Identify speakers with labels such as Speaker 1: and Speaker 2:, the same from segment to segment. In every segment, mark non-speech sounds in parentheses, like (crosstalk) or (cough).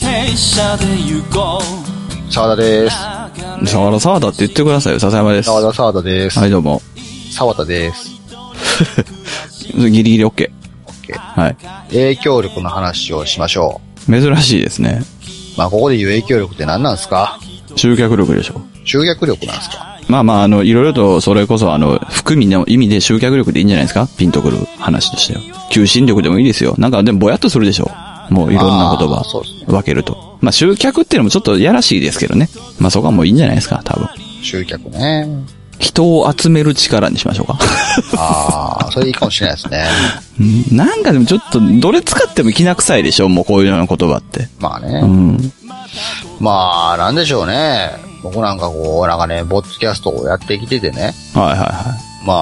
Speaker 1: 電車で行こう
Speaker 2: 沢田です。
Speaker 3: 沢田、沢田って言ってくださいよ。笹山です。
Speaker 2: 沢
Speaker 3: は
Speaker 2: 田沢田です。
Speaker 3: い、どうも。
Speaker 2: 沢田です。
Speaker 3: ギリギリ OK。
Speaker 2: OK
Speaker 3: はい。
Speaker 2: 影響力の話をしましょ
Speaker 3: 珍しいですね。
Speaker 2: う。まあ、ここで言う影響力って何なんですか
Speaker 3: 集客力でしょ。
Speaker 2: 集客力なんですか
Speaker 3: まあまあ、あの、いろいろと、それこそ、あの、含みの意味で集客力でいいんじゃないですかピンとくる話としてよ。求心力でもいいですよ。なんか、でも、ぼやっとするでしょ。もう、いろんな言
Speaker 2: あ
Speaker 3: 葉
Speaker 2: ーそうですね、
Speaker 3: 分けると。まあ、集客っていうのもちょっとやらしいですけどね。まあ、そこはもういいんじゃないですか、多分。
Speaker 2: 集客ね。
Speaker 3: 人を集める力にしましょうか。 (laughs)
Speaker 2: ああ、 (laughs) それいいかもしれないですね。
Speaker 3: うんなんかでもちょっと、どれ使ってもきな臭いでしょもうこういうような言葉って。
Speaker 2: まあ
Speaker 3: う
Speaker 2: ね。
Speaker 3: ん。
Speaker 2: まあ、なんでしょうね。僕なんかこう、なんかね、ボッツキャストをやってきててね。
Speaker 3: はいはいは
Speaker 2: ま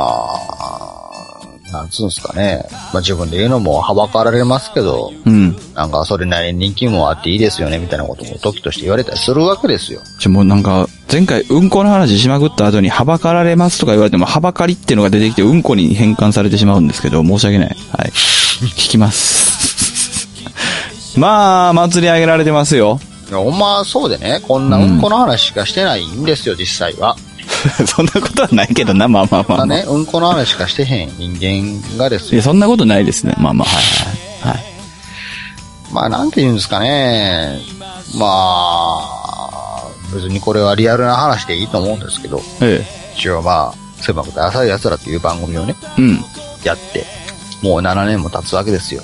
Speaker 2: あ、なんつうんですかね。まあ自分で言うのもはばかられますけど、
Speaker 3: い。うん。
Speaker 2: なんかそれなりに人気もあっていいですよね、みたいなことを時として言われたりするわけですよ。
Speaker 3: ちょ、もうなんか、前回うんこの話しまくった後に、はばかられますとか言われても、はばかりっていうのが出てきて、うんこに変換されてしまうんですけど、申し訳ない。はい。聞きます。まあ、祭り上げられてますよ。 (laughs)
Speaker 2: いやほんまそうでね、こんなうんこの話しかしてないんですよ、実際は。
Speaker 3: そんなことはないけどな、まあまあま
Speaker 2: ま
Speaker 3: あ、
Speaker 2: あ
Speaker 3: まあ。
Speaker 2: ね、うんこの話しかしてへん人間がです
Speaker 3: い
Speaker 2: よ。
Speaker 3: や、そんなことないですね。まあまあ、はいはい。はい。
Speaker 2: まあなんて言うんですかね。まあ、別にこれはリアルな話でいいと思うんですけど、
Speaker 3: え
Speaker 2: 一応まあ、狭くて浅い奴らっていう番組をね、
Speaker 3: え。うん。
Speaker 2: やって、もう7年も経つわけですよ。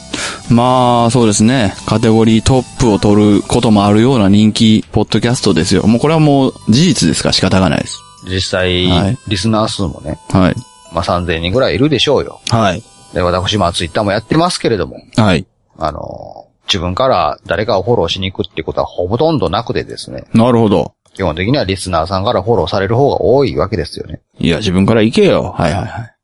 Speaker 3: まあ、そうですね。カテゴリートップを取ることもあるような人気、ポッドキャストですよ。もうこれはもう、事実ですから仕方がないです。
Speaker 2: 実際、
Speaker 3: はい
Speaker 2: リスナー数もね、
Speaker 3: はい。
Speaker 2: まあ3000人ぐらいいるでしょうよ。
Speaker 3: はい。
Speaker 2: で、私、まあツイッターもやってますけれども、
Speaker 3: はい。
Speaker 2: あの、自分から誰かをフォローしに行くってことはほとんどなくてですね、
Speaker 3: なるほど。
Speaker 2: 基本的にはリスナーさんからフォローされる方が多いわけですよね。
Speaker 3: いや、自分から行けよ。はいはいはい。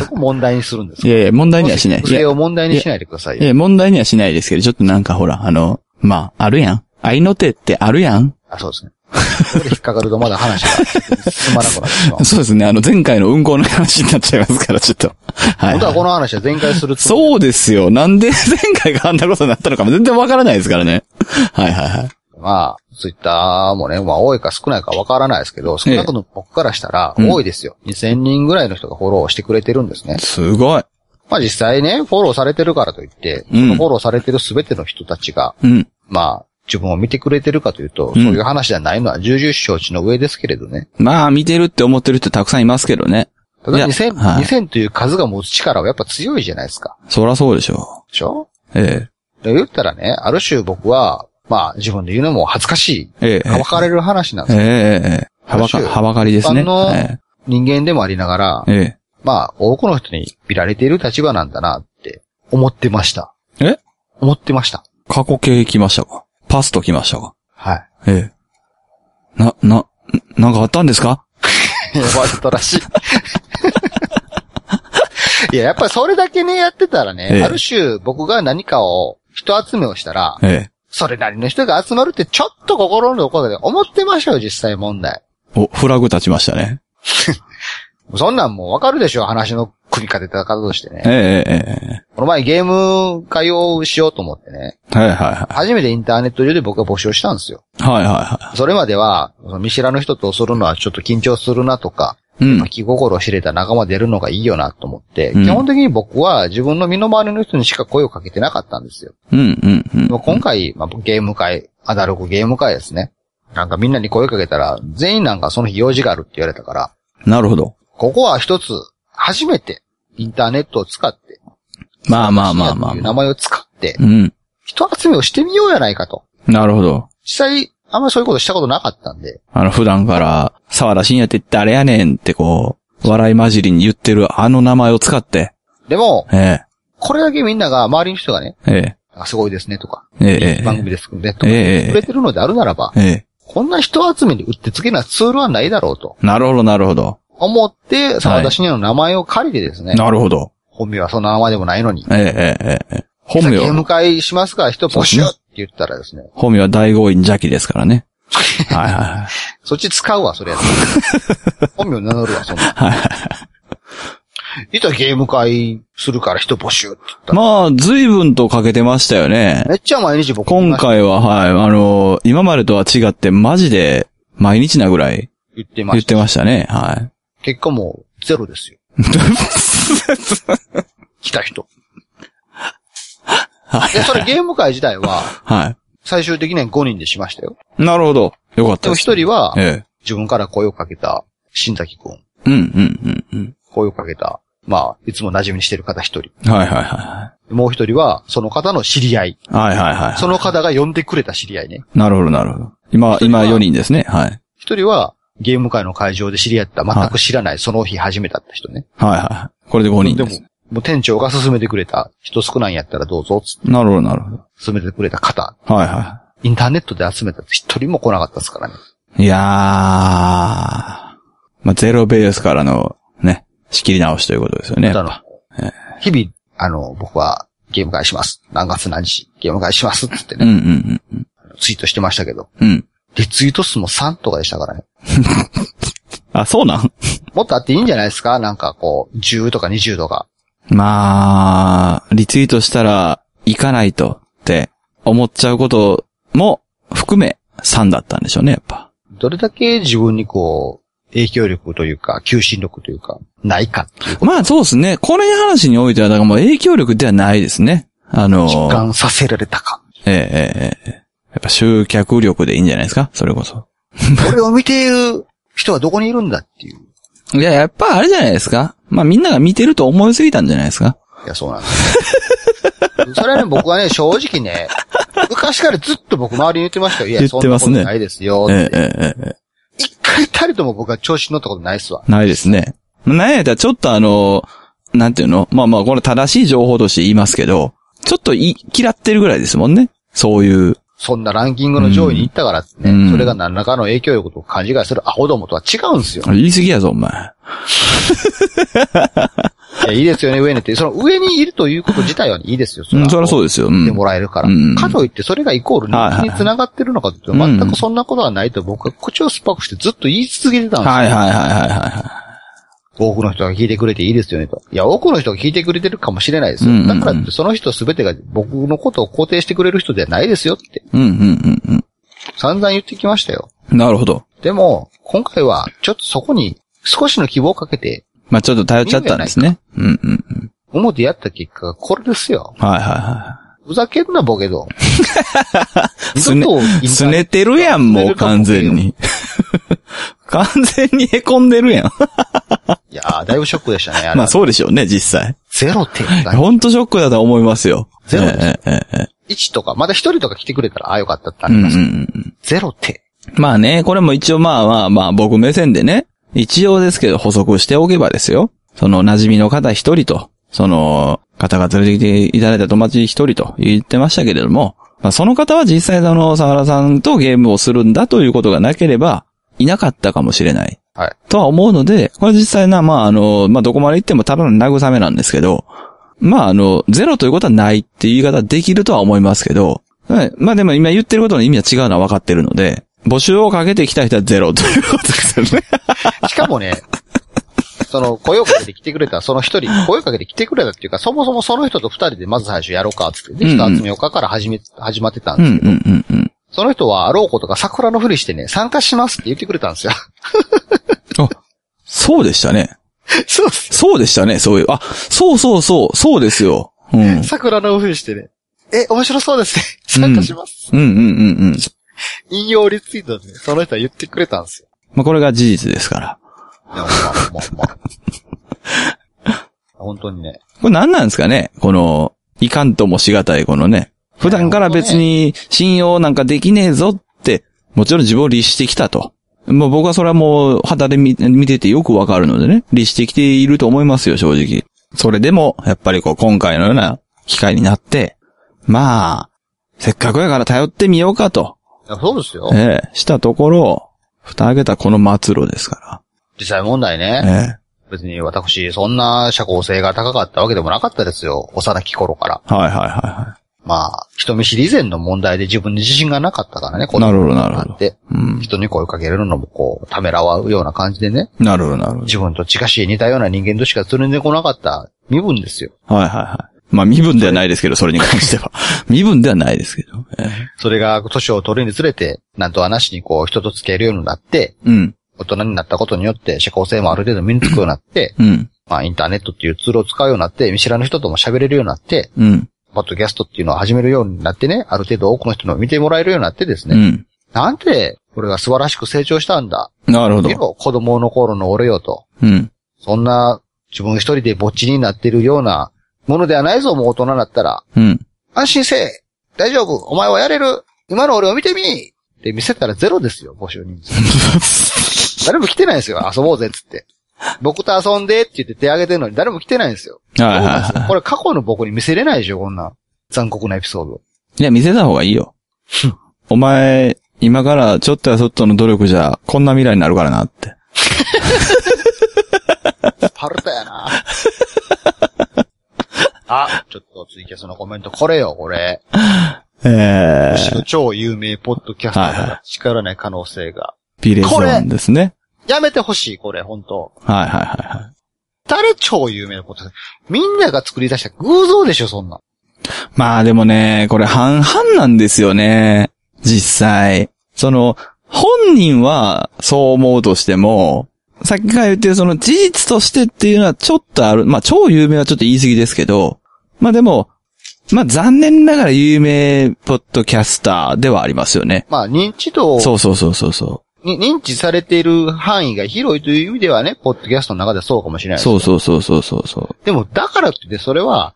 Speaker 2: そこ問題にするんです
Speaker 3: い
Speaker 2: よ。
Speaker 3: やいや、問題にはしない。い
Speaker 2: そ
Speaker 3: や、
Speaker 2: れ
Speaker 3: い
Speaker 2: を問題にしないでくださいよ。
Speaker 3: や問題にはしないですけど、ちょっとなんかほら、あの、まあ、あるやん。愛の手ってあるやん。。
Speaker 2: あ、そうですね。ここで引っかかるとまだ話が進まなくなってしまう
Speaker 3: そうですね。あの、前回の運行の話になっちゃいますから、ちょっと。はい、
Speaker 2: 本当はこ
Speaker 3: はい。
Speaker 2: の話は全開するつもり
Speaker 3: そうですよ。なんで (laughs) 前回があんなことになったのかも全然わからないですからね。はいはいはい。
Speaker 2: まあ、ツイッターもね、まあ多いか少ないかわからないですけど、少なくとも僕からしたら
Speaker 3: ええうん
Speaker 2: 多いですよ。2000人ぐらいの人がフォローしてくれてるんですね。
Speaker 3: すごい。
Speaker 2: まあ実際ね、フォローされてるからといって、
Speaker 3: うん
Speaker 2: フォローされてる全ての人たちが、
Speaker 3: うん。
Speaker 2: まあ、自分を見てくれてるかというと、
Speaker 3: うん
Speaker 2: そういう話じゃないのは重々承知の上ですけれどね。
Speaker 3: まあ、見てるって思ってる人たくさんいますけどね。
Speaker 2: ただ
Speaker 3: いや
Speaker 2: 2000、
Speaker 3: はい
Speaker 2: 2000という数が持つ力はやっぱ強いじゃないですか。
Speaker 3: そらそうでしょ
Speaker 2: でしょ
Speaker 3: う。え
Speaker 2: で言ったらね、ある種僕は、まあ自分で言うのも恥ずかし
Speaker 3: え。ええ
Speaker 2: い、。はばかれる話なん
Speaker 3: え
Speaker 2: で
Speaker 3: え。
Speaker 2: すよ。
Speaker 3: ええ。ええはばか、
Speaker 2: ある種
Speaker 3: はばかりですね。
Speaker 2: 一般の
Speaker 3: え
Speaker 2: 人間でもありながら
Speaker 3: え。、え
Speaker 2: まあ多くの人に見られている立場なんだなって思ってました。
Speaker 3: え。え
Speaker 2: 思ってました。
Speaker 3: 過去形来ましたかパスと来ましたか
Speaker 2: はい。
Speaker 3: ええ。な、な、んなんかあったんですか (laughs)
Speaker 2: わざとらし (laughs) い。いや、やっぱりそれだけね、やってたらね、
Speaker 3: ええ
Speaker 2: ある種僕が何かを人集めをしたら、
Speaker 3: え
Speaker 2: それなりの人が集まるってちょっと心の声で思ってましたよ、実際問題。
Speaker 3: え。お、フラグ立ちましたね。
Speaker 2: そんなんもうわかるでしょ、話の組み立て方として
Speaker 3: ええ
Speaker 2: ね。
Speaker 3: えええ
Speaker 2: この前ゲーム会をしようと思ってね、
Speaker 3: え。はいはいは
Speaker 2: 初めてインターネット上で僕は募集をしたんですよ。
Speaker 3: い。はいはいは
Speaker 2: それまでは、その見知らぬ人とするのはちょっと緊張するなとか、
Speaker 3: い。うん。
Speaker 2: 気心を知れた仲間でやるのがいいよなと思って、
Speaker 3: うん
Speaker 2: 基本的に僕は自分の身の回りの人にしか声をかけてなかったんですよ。
Speaker 3: うんうんうん
Speaker 2: で。も今回、まあ、ゲーム会、アダルクゲーム会ですね。なんかみんなに声かけたら、全員なんかその日用事があるって言われたから、
Speaker 3: なるほど。
Speaker 2: ここは一つ、初めて、インターネットを使って、
Speaker 3: まあまあまあ
Speaker 2: 深夜と
Speaker 3: ま
Speaker 2: いう名
Speaker 3: あ。
Speaker 2: 前を使って、
Speaker 3: うん。
Speaker 2: 人集めをしてみようやないかと。
Speaker 3: なるほど。
Speaker 2: 実際、あんまりそういうことしたことなかったんで、
Speaker 3: あの、普段から、沢田信也って誰やねんってこう、笑い混じりに言ってるあの名前を使って、
Speaker 2: でも、
Speaker 3: え
Speaker 2: これだけみんなが、周りの人がね、
Speaker 3: え、え
Speaker 2: あすごいですねとか、
Speaker 3: え、ええ、
Speaker 2: 番組ですねとか、
Speaker 3: ええ
Speaker 2: くれてるのであるならば、
Speaker 3: ええ、え
Speaker 2: こんな人集めにうってつけなツールはないだろうと
Speaker 3: え。なるほど、なるほど。
Speaker 2: 思って、沢田信也の名前を借りてですね、
Speaker 3: なるほど。
Speaker 2: 本名はその名前でもないのに、
Speaker 3: ええ、ええ、ええ。本
Speaker 2: ゲー
Speaker 3: 名
Speaker 2: ム、会しますから人募集って言ったらですね、
Speaker 3: 本名は大豪院邪気ですから (laughs) ね。はいはいはい。 (laughs)
Speaker 2: そっち使うわ、それやったら本名名乗るわ、そんな。
Speaker 3: はいはいはい。
Speaker 2: いたゲーム会するから人募集って言ったら
Speaker 3: まあ、随分とかけてましたよね。
Speaker 2: めっちゃ毎日僕
Speaker 3: 今回は、はい、あの、今までとは違って、マジで、毎日なぐらい
Speaker 2: 言ってま
Speaker 3: 言っ
Speaker 2: してた。
Speaker 3: ましたね。は
Speaker 2: 結果もうゼロ
Speaker 3: (laughs)
Speaker 2: ですよ。
Speaker 3: い。
Speaker 2: 来た人。
Speaker 3: はい
Speaker 2: で、それゲーム会自体は
Speaker 3: は
Speaker 2: 最終的には5人でしましたよ。
Speaker 3: い。なるほど。よかっ
Speaker 2: で
Speaker 3: た
Speaker 2: も
Speaker 3: です。
Speaker 2: 1人は
Speaker 3: え
Speaker 2: 自分から声をかけた新崎くん。
Speaker 3: え。うん、うん、うん、
Speaker 2: 声をかけた、まあ、いつも馴染みにしてる方1人。
Speaker 3: うん。はい、はい、は
Speaker 2: もう1人はその方の知り合い。
Speaker 3: い。はい、はい、は
Speaker 2: その方が呼んでくれた知り合いね。
Speaker 3: い。なるほど、なるほど。今、今4人ですね。はい。
Speaker 2: 1人はゲーム会の会場で知り合った、全く知らない、その日初めて会った人ね。
Speaker 3: はい、はい。これで5人
Speaker 2: で
Speaker 3: で
Speaker 2: も
Speaker 3: す。、
Speaker 2: もう店長が勧めてくれた、人少ないんやったらどうぞ、つって
Speaker 3: なるほど、なるほど。
Speaker 2: 勧めてくれた方、
Speaker 3: はい、は
Speaker 2: インターネットで集めたって一人も来なかったですからね。
Speaker 3: い。いやー。まあ、ゼロベースからの、ね、仕切り直しということですよね。やっ
Speaker 2: だ
Speaker 3: ぱ
Speaker 2: の、日々、あの、僕はゲーム会します。何月何日、ゲーム会しますっつって
Speaker 3: うん、
Speaker 2: ね、
Speaker 3: うん、うん。
Speaker 2: ツイートしてましたけど、
Speaker 3: うん。
Speaker 2: リツイート数も3とかでしたからね。
Speaker 3: あ、そうなん
Speaker 2: もっとあっていいんじゃないですかなんかこう、10とか20とか。
Speaker 3: まあ、リツイートしたら、行かないとって思っちゃうことも含め3だったんでしょうね、やっぱ。
Speaker 2: どれだけ自分にこう、影響力というか、求心力というか、ないかっていう
Speaker 3: まあそうですね。これ話においては、だからもう影響力ではないですね。あの、
Speaker 2: 実感させられたか。
Speaker 3: ええええええやっぱ集客力でいいんじゃないですかそれこそ。
Speaker 2: これを見ている人はどこにいるんだっていう。
Speaker 3: いや、やっぱあれじゃないですかまあみんなが見てると思いすぎたんじゃないですか
Speaker 2: いや、そうなんです
Speaker 3: (laughs)
Speaker 2: よ。それはね、僕はね、正直ね、昔からずっと僕周りに言ってましたよ。いや、
Speaker 3: 言ってま
Speaker 2: そ
Speaker 3: すね
Speaker 2: んなことないですよ。
Speaker 3: えええええええ
Speaker 2: 一回たりとも僕は調子に乗ったことないっすわ。
Speaker 3: えないですね。なんやったらちょっとあの、なんていうのまあまあこれ正しい情報として言いますけど、ちょっとい嫌ってるぐらいですもんね。そういう。
Speaker 2: そんなランキングの上位に行ったからってね、
Speaker 3: うん
Speaker 2: それが何らかの影響力と勘違いするアホどもとは違うんですよ。
Speaker 3: 言い過ぎやぞ、お前。
Speaker 2: いや、いいですよね、上にって。その上にいるということ自体はねいいですよ。
Speaker 3: うん、そりゃそう
Speaker 2: う
Speaker 3: ですよ。う
Speaker 2: 言って
Speaker 3: ん。
Speaker 2: もらえるから。
Speaker 3: うん
Speaker 2: かといって、それがイコール
Speaker 3: はいはい
Speaker 2: 人気に繋がってるのかというと、
Speaker 3: うん
Speaker 2: 全くそんなことはないと僕は口を酸っぱくしてずっと言い続けてたんですよ。
Speaker 3: はいはいはいはいは
Speaker 2: 多くの人が聞いてくれていいですよねと。いや、多くの人が聞いてくれてるかもしれないですよ。
Speaker 3: うんうんう
Speaker 2: だ
Speaker 3: ん
Speaker 2: からってその人すべてが僕のことを肯定してくれる人ではないですよって
Speaker 3: い。うんうんうん
Speaker 2: 散々言ってきましたよ。
Speaker 3: うん。なるほど。
Speaker 2: でも、今回はちょっとそこに少しの希望をかけて、
Speaker 3: まあちょっと頼っちゃったんですね。うんうんうん。
Speaker 2: 表やった結果がこれですよ。
Speaker 3: はいはいはい。
Speaker 2: ふざけんなボケど。
Speaker 3: (laughs) すね
Speaker 2: 二度とインターネッ、ト
Speaker 3: すねてるやん、もう完全に。 (laughs) 完全に凹んでるやん。
Speaker 2: いやー、だいぶショックでしたね。あれは
Speaker 3: まあそうでしょうね、実際。
Speaker 2: ゼロ点だ
Speaker 3: ほんとショックだとは思いますよ。
Speaker 2: ゼロです
Speaker 3: ええええええ
Speaker 2: 1とか、まだ1人とか来てくれたら、ああよかったってな
Speaker 3: う
Speaker 2: り
Speaker 3: んう
Speaker 2: ま
Speaker 3: ん
Speaker 2: す
Speaker 3: う
Speaker 2: けど。
Speaker 3: ん
Speaker 2: ゼロ点。
Speaker 3: まあね、これも一応まあまあまあ僕目線でね、一応ですけど補足しておけばですよ。その馴染みの方一人と、その方が連れてきていただいた友達一人と言ってましたけれども、まあその方は実際その沢原さんとゲームをするんだということがなければ、いなかったかもしれない。
Speaker 2: はい。
Speaker 3: とは思うので、これ実際な、まあ、あの、まあ、どこまで行ってもただの慰めなんですけど、まあ、あの、ゼロということはないっていう言い方はできるとは思いますけど、はいまあ、でも今言ってることの意味は違うのは分かってるので、募集をかけてきた人はゼロということですよね。
Speaker 2: しかもね、 (laughs) その、声をかけて来てくれた、その一人、声をかけて来てくれたっていうか、そもそもその人と二人でまず最初やろうか、つって、で、
Speaker 3: うんうん
Speaker 2: 人集めようかから始め、始まってたん
Speaker 3: う
Speaker 2: で
Speaker 3: ん
Speaker 2: す。
Speaker 3: うんうんうん。
Speaker 2: その人は、あろうことか桜のふりしてね、参加しますって言ってくれたんですよ。 (laughs)
Speaker 3: あ、そうでしたね。
Speaker 2: そうっす。
Speaker 3: そうでしたね、そういう。あ、そうそうそう、そうですよ。うん。うん
Speaker 2: 桜のふりしてね、え、面白そうですね。参加します。
Speaker 3: うんうんうん。
Speaker 2: 引用リツイートでね、その人は言ってくれたんですよ。
Speaker 3: まあ、これが事実ですから。
Speaker 2: いやまあまあまあまあ本当にね。
Speaker 3: これ何なんですかねこの、いかんともしがたいこのね。普段から別に信用なんかできねえぞって、もちろん自分を律してきたと。もう僕はそれはもう肌で見見ててよくわかるのでね。律してきていると思いますよ、正直。それでも、やっぱりこう今回のような機会になって、まあ、せっかくやから頼ってみようかと。
Speaker 2: いやそうですよ。
Speaker 3: ええ、したところ、蓋開けたこの末路ですか
Speaker 2: 実際問題ね。
Speaker 3: ら。ええ、
Speaker 2: 別に私、そんな社交性が高かったわけでもなかったですよ。幼き頃から。
Speaker 3: はいはいはいは
Speaker 2: まあ、人見知り以前の問題で自分に自信がなかったからね、こ
Speaker 3: なるほどなるほど
Speaker 2: で、
Speaker 3: うん。
Speaker 2: 人に声かけるのもこう、ためらわうような感じでね、
Speaker 3: なるほど、なるほ
Speaker 2: 自分と近しい似たような人間としか連れてこなかった身分ですよ。
Speaker 3: ど。はいはいはい。まあ身分ではないですけど、それに関しては。 (laughs) 身分ではないですけど。ええ
Speaker 2: それが年を取るにつれて、なんとはなしにこう、人と付き合えるようになって、
Speaker 3: うん、
Speaker 2: 大人になったことによって、社交性もある程度身につくようになって、
Speaker 3: うん、
Speaker 2: まあ、インターネットっていうツールを使うようになって、見知らぬ人とも喋れるようになって、
Speaker 3: うん、
Speaker 2: ポッドキャストっていうのを始めるようになってね、ある程度多くの人の見てもらえるようになってです
Speaker 3: う
Speaker 2: ね、
Speaker 3: ん。
Speaker 2: なんて、俺が素晴らしく成長したんだ。
Speaker 3: なるほ
Speaker 2: け
Speaker 3: ど。
Speaker 2: ど、子供の頃の俺よと。
Speaker 3: うん、
Speaker 2: そんな、自分一人でぼっちになってるようなものではないぞ、もう大人だったら。
Speaker 3: うん。
Speaker 2: 安心せえ大丈夫お前はやれる今の俺を見てみって見せたらゼロですよ、募集人数。
Speaker 3: (laughs)
Speaker 2: 誰も来てないですよ、遊ぼうぜっつって。僕と遊んでって言って手挙げてるのに誰も来てないんですよ。
Speaker 3: はいはい
Speaker 2: そうなんですよ
Speaker 3: は
Speaker 2: これ過去の僕に見せれないでしょ、こんな残酷なエピソード。
Speaker 3: い。いや、見せた方がいいよ。お前、今からちょっとやそっとの努力じゃ、こんな未来になるからなって。
Speaker 2: パルタやな。 (laughs) あ、ちょっとツイキャスのコメント、これよ、これ。
Speaker 3: え
Speaker 2: 牛の超有名ポッドキャスター
Speaker 3: はい
Speaker 2: が力ない可能性が。
Speaker 3: ー、ビレゾーンですね。
Speaker 2: やめてほしい、これ、本当
Speaker 3: はいはいはいはい。
Speaker 2: 誰超有名なポッドキャスターみんなが作り出した偶像でしょ、そんなん。
Speaker 3: まあでもね、これ半々なんですよね。実際。その、本人はそう思うとしても、さっきから言ってるその事実としてっていうのはちょっとある。まあ超有名はちょっと言い過ぎですけど、まあでも、まあ残念ながら有名ポッドキャスターではありますよね。
Speaker 2: まあ、認知度を
Speaker 3: そうそうそうそうそ
Speaker 2: に認知されている範囲が広いという意味ではね、ポッドキャストの中ではそうかもしれな
Speaker 3: う。
Speaker 2: い。
Speaker 3: そうそうそうそうそうそう。
Speaker 2: でも、だからってね、それは、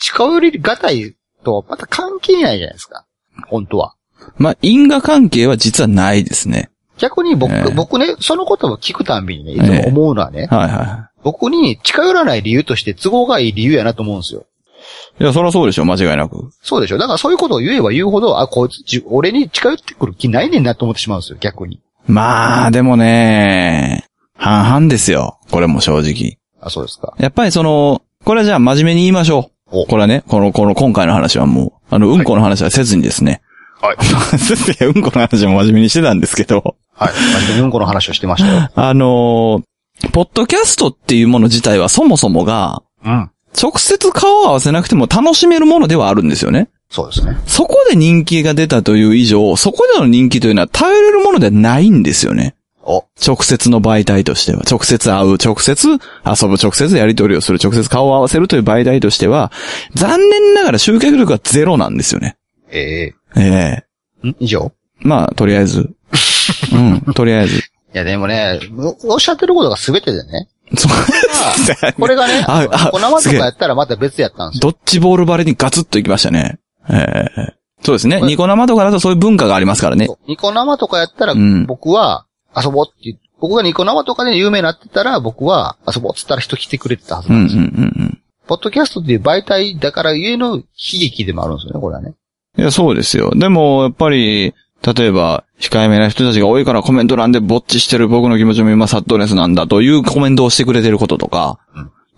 Speaker 2: 近寄りがたいとはまた関係ないじゃないですか。本当は。
Speaker 3: まあ因果関係は実はないですね。
Speaker 2: 逆に僕、
Speaker 3: ええ
Speaker 2: 僕ね、そのことを聞くたんびにね、いつも思うのはね、
Speaker 3: はいは
Speaker 2: 僕に近寄らない理由として都合がいい理由やなと思うんですよ。
Speaker 3: い。いや、そりゃそうでしょ、間違いなく。
Speaker 2: そうでしょだからそういうことを言えば言うほど、あ、こいつ、じ俺に近寄ってくる気ないねんなと思ってしまうんですよ、逆に。
Speaker 3: まあ、でもね、半々ですよ。これも正直。
Speaker 2: あ、そうですか。
Speaker 3: やっぱりその、これはじゃあ真面目に言いましょう。
Speaker 2: お
Speaker 3: これはね、この、この今回の話はもう、あの、うんこの話はせずにですね。 (laughs)
Speaker 2: はい。
Speaker 3: いやうんこの話も真面目にしてたんですけど、
Speaker 2: はい。真面目にうんこの話をしてましたよ。
Speaker 3: あのーポッドキャストっていうもの自体はそもそもが、
Speaker 2: うん。
Speaker 3: 直接顔を合わせなくても楽しめるものではあるんですよね。
Speaker 2: そうですね。
Speaker 3: そこで人気が出たという以上、そこでの人気というのは頼れるものではないんですよね。
Speaker 2: お、
Speaker 3: 直接の媒体としては、直接会う、直接遊ぶ、直接やり取りをする、直接顔を合わせるという媒体としては、残念ながら集客力がゼロなんですよね。
Speaker 2: え
Speaker 3: ええ
Speaker 2: えん以上
Speaker 3: まあ、とりあえ (laughs) ず。うん、とりあえず。
Speaker 2: いや、でもね、おおっしゃってることが全てでね。
Speaker 3: そう (laughs)
Speaker 2: これがね、
Speaker 3: ああ
Speaker 2: このまと
Speaker 3: す
Speaker 2: か
Speaker 3: げえ
Speaker 2: やったらまた別やったんですよ。
Speaker 3: ドッジボールバレにガツッといきましたね。ええそうですね。ニコ生とかだとそういう文化がありますからね。
Speaker 2: ニコ生とかやったら
Speaker 3: うん、
Speaker 2: 僕は遊ぼうって言う、僕がニコ生とかで有名になってたら、僕は遊ぼうって言ったら人来てくれてたはず
Speaker 3: うん、
Speaker 2: な
Speaker 3: うんん、
Speaker 2: です
Speaker 3: う
Speaker 2: よ。
Speaker 3: ん、
Speaker 2: ポッドキャストっていう媒体だからゆえの悲劇でもあるんですよね、これはね。
Speaker 3: うん。いや、そうですよ。でも、やっぱり、例えば、控えめな人たちが多いからコメント欄でぼっちしてる僕の気持ちも今サッドネスなんだというコメントをしてくれてることとか、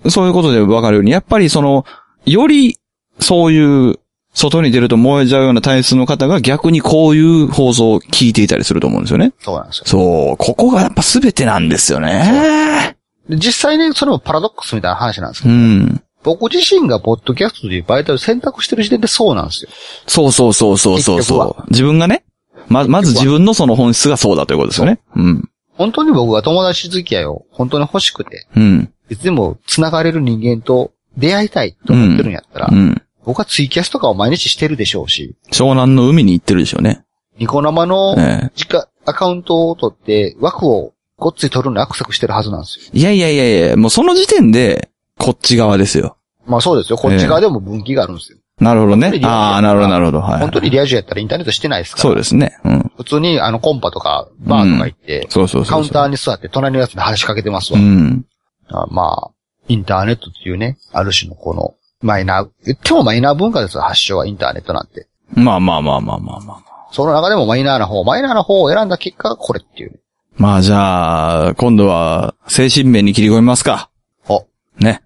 Speaker 3: そういうことでわかるように、やっぱりその、より、そういう、外に出ると燃えちゃうような体質の方が逆にこういう放送を聞いていたりすると思うんですよね。
Speaker 2: そうなんですよ。
Speaker 3: そう、ここがやっぱ全てなんですよね。
Speaker 2: で実際ね、それもパラドックスみたいな話なんですけ
Speaker 3: う
Speaker 2: ど、
Speaker 3: ん。
Speaker 2: 僕自身がポッドキャストという媒体を選択してる時点でそうなんですよ。
Speaker 3: そうそうそうそうそう
Speaker 2: 結
Speaker 3: そう。自分がね、ま、まず自分のその本質がそうだということですよね。うん。
Speaker 2: 本当に僕が友達付き合いを本当に欲しくて、
Speaker 3: うん。
Speaker 2: いつでも繋がれる人間と出会いたいと思ってるんやったら、
Speaker 3: うん。
Speaker 2: 僕はツイキャスとかを毎日してるでしょうし、
Speaker 3: 湘南の海に行ってるでしょうね。
Speaker 2: ニコ生の
Speaker 3: ええ
Speaker 2: 時間、アカウントを取って枠をごっつい取るのに悪作してるはずなんですよ。
Speaker 3: いやいやいやいや、もうその時点で、こっち側ですよ。
Speaker 2: まあそうですよ。こっち側でも分岐があるんですよ。
Speaker 3: なるほど
Speaker 2: 本当
Speaker 3: ね
Speaker 2: に。リアルだから
Speaker 3: ああ、なるほどなるほど。はい。
Speaker 2: 本当にリア充やったらインターネットしてないですから。
Speaker 3: そうですね。うん。
Speaker 2: 普通にあのコンパとかバーとか行って、
Speaker 3: そうそうそうそう。
Speaker 2: カウンターに座って隣のやつに話しかけてますわ。
Speaker 3: うん。
Speaker 2: あまあ、インターネットっていうね、ある種のこの、マイナー、言ってもマイナー文化ですよ、発祥はインターネットなんて。
Speaker 3: まあまあまあまあまあまあ。
Speaker 2: その中でもマイナーな方、マイナーな方を選んだ結果がこれっていう。
Speaker 3: まあじゃあ、今度は、精神面に切り込みますか。
Speaker 2: お、
Speaker 3: ね。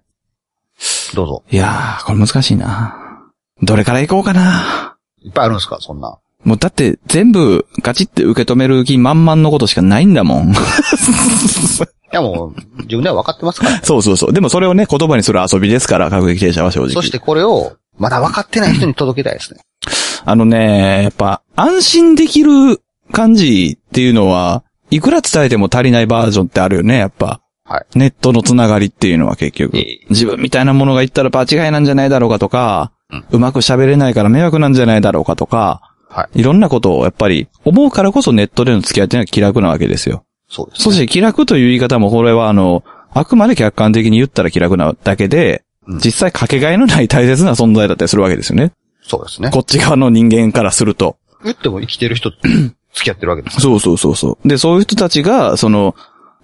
Speaker 2: どうぞ。
Speaker 3: いやー、これ難しいな。どれから行こうかな。
Speaker 2: いっぱいあるんですかそんな。
Speaker 3: もうだって全部ガチって受け止める気満々のことしかないんだもん。
Speaker 2: いやもう、自分では分かってますから。
Speaker 3: (laughs) そうそうそう。でもそれをね、言葉にする遊びですから、各駅停車は正直。
Speaker 2: そしてこれを、まだ分かってない人に届けたいですね。
Speaker 3: あのね、やっぱ、安心できる感じっていうのは、いくら伝えても足りないバージョンってあるよね、やっぱ。
Speaker 2: はい
Speaker 3: ネットのつながりっていうのは結局。
Speaker 2: え
Speaker 3: 自分みたいなものが言ったら場違いなんじゃないだろうかとか、
Speaker 2: うん
Speaker 3: うまく喋れないから迷惑なんじゃないだろうかとか、
Speaker 2: はい
Speaker 3: ろんなことをやっぱり思うからこそネットでの付き合いっていうのは気楽なわけですよ。
Speaker 2: そうです、
Speaker 3: そして気楽という言い方もこれはあの、あくまで客観的に言ったら気楽なだけで、
Speaker 2: うん
Speaker 3: 実際かけがえのない大切な存在だったりするわけですよね。
Speaker 2: そうですね。
Speaker 3: こっち側の人間からすると。
Speaker 2: 言っても生きてる人と付き合ってるわけです。
Speaker 3: そうそうそうそう。で、そういう人たちが、その、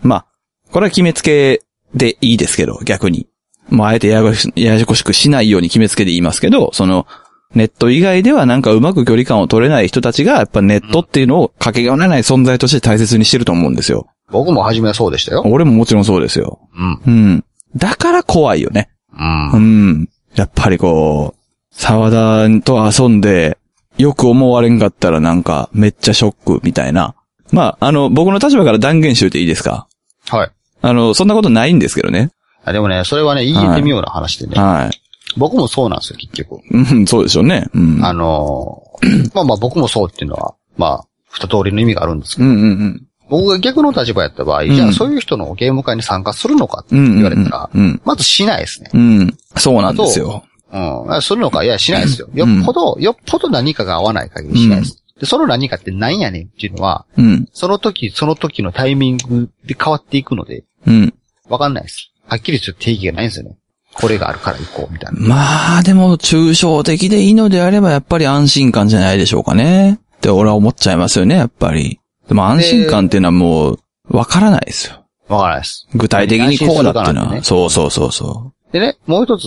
Speaker 3: まあ、これは決めつけでいいですけど、逆に。もうあえてややこしややこしくしないように決めつけで言いますけど、その、ネット以外ではなんかうまく距離感を取れない人たちが、やっぱネットっていうのをかけがえのない存在として大切にしてると思うんですよ。
Speaker 2: 僕も初めはそうでしたよ。
Speaker 3: 俺ももちろんそうですよ。
Speaker 2: うん。
Speaker 3: うん。だから怖いよね。
Speaker 2: うん
Speaker 3: う。ん。やっぱりこう、沢田と遊んで、よく思われんかったらなんか、めっちゃショックみたいな。まあ、あの、僕の立場から断言しといていいですか
Speaker 2: はい
Speaker 3: あの、そんなことないんですけどね。
Speaker 2: あ。でもね、それはね、言えてみような話でね。
Speaker 3: はい。
Speaker 2: 僕もそうなんですよ、結局。
Speaker 3: うん、そうでしょうね。うん。
Speaker 2: あのーまあまあ僕もそうっていうのは、まあ、二通りの意味があるんですけ
Speaker 3: うんうん
Speaker 2: ど、僕が逆の立場やった場合、
Speaker 3: ん
Speaker 2: じゃあそういう人のゲーム会に参加するのかって
Speaker 3: うん。うん。
Speaker 2: 言われたら、
Speaker 3: うん。
Speaker 2: まずしないですね。
Speaker 3: うん。そうなんですよ。
Speaker 2: うん。するのか、いや、しないですよ。
Speaker 3: ん
Speaker 2: よっぽど、よっぽど何かが合わない限りしないです。で、その何かって何やねんっていうのは、
Speaker 3: うん。
Speaker 2: その時、その時のタイミングで変わっていくので、
Speaker 3: うん。
Speaker 2: わかんないです。はっきりする定義がないんですよね。これがあるから行こう、みたいな。
Speaker 3: まあ、でも、抽象的でいいのであれば、やっぱり安心感じゃないでしょうかね。って俺は思っちゃいますよね、やっぱり。でも安心感っていうのはもう、わからないですよ。
Speaker 2: わからないです。
Speaker 3: 具体的にこうだっていう
Speaker 2: 安心するかな
Speaker 3: の
Speaker 2: んて
Speaker 3: は。
Speaker 2: ね
Speaker 3: そうそうそうそ
Speaker 2: でね、もう一つ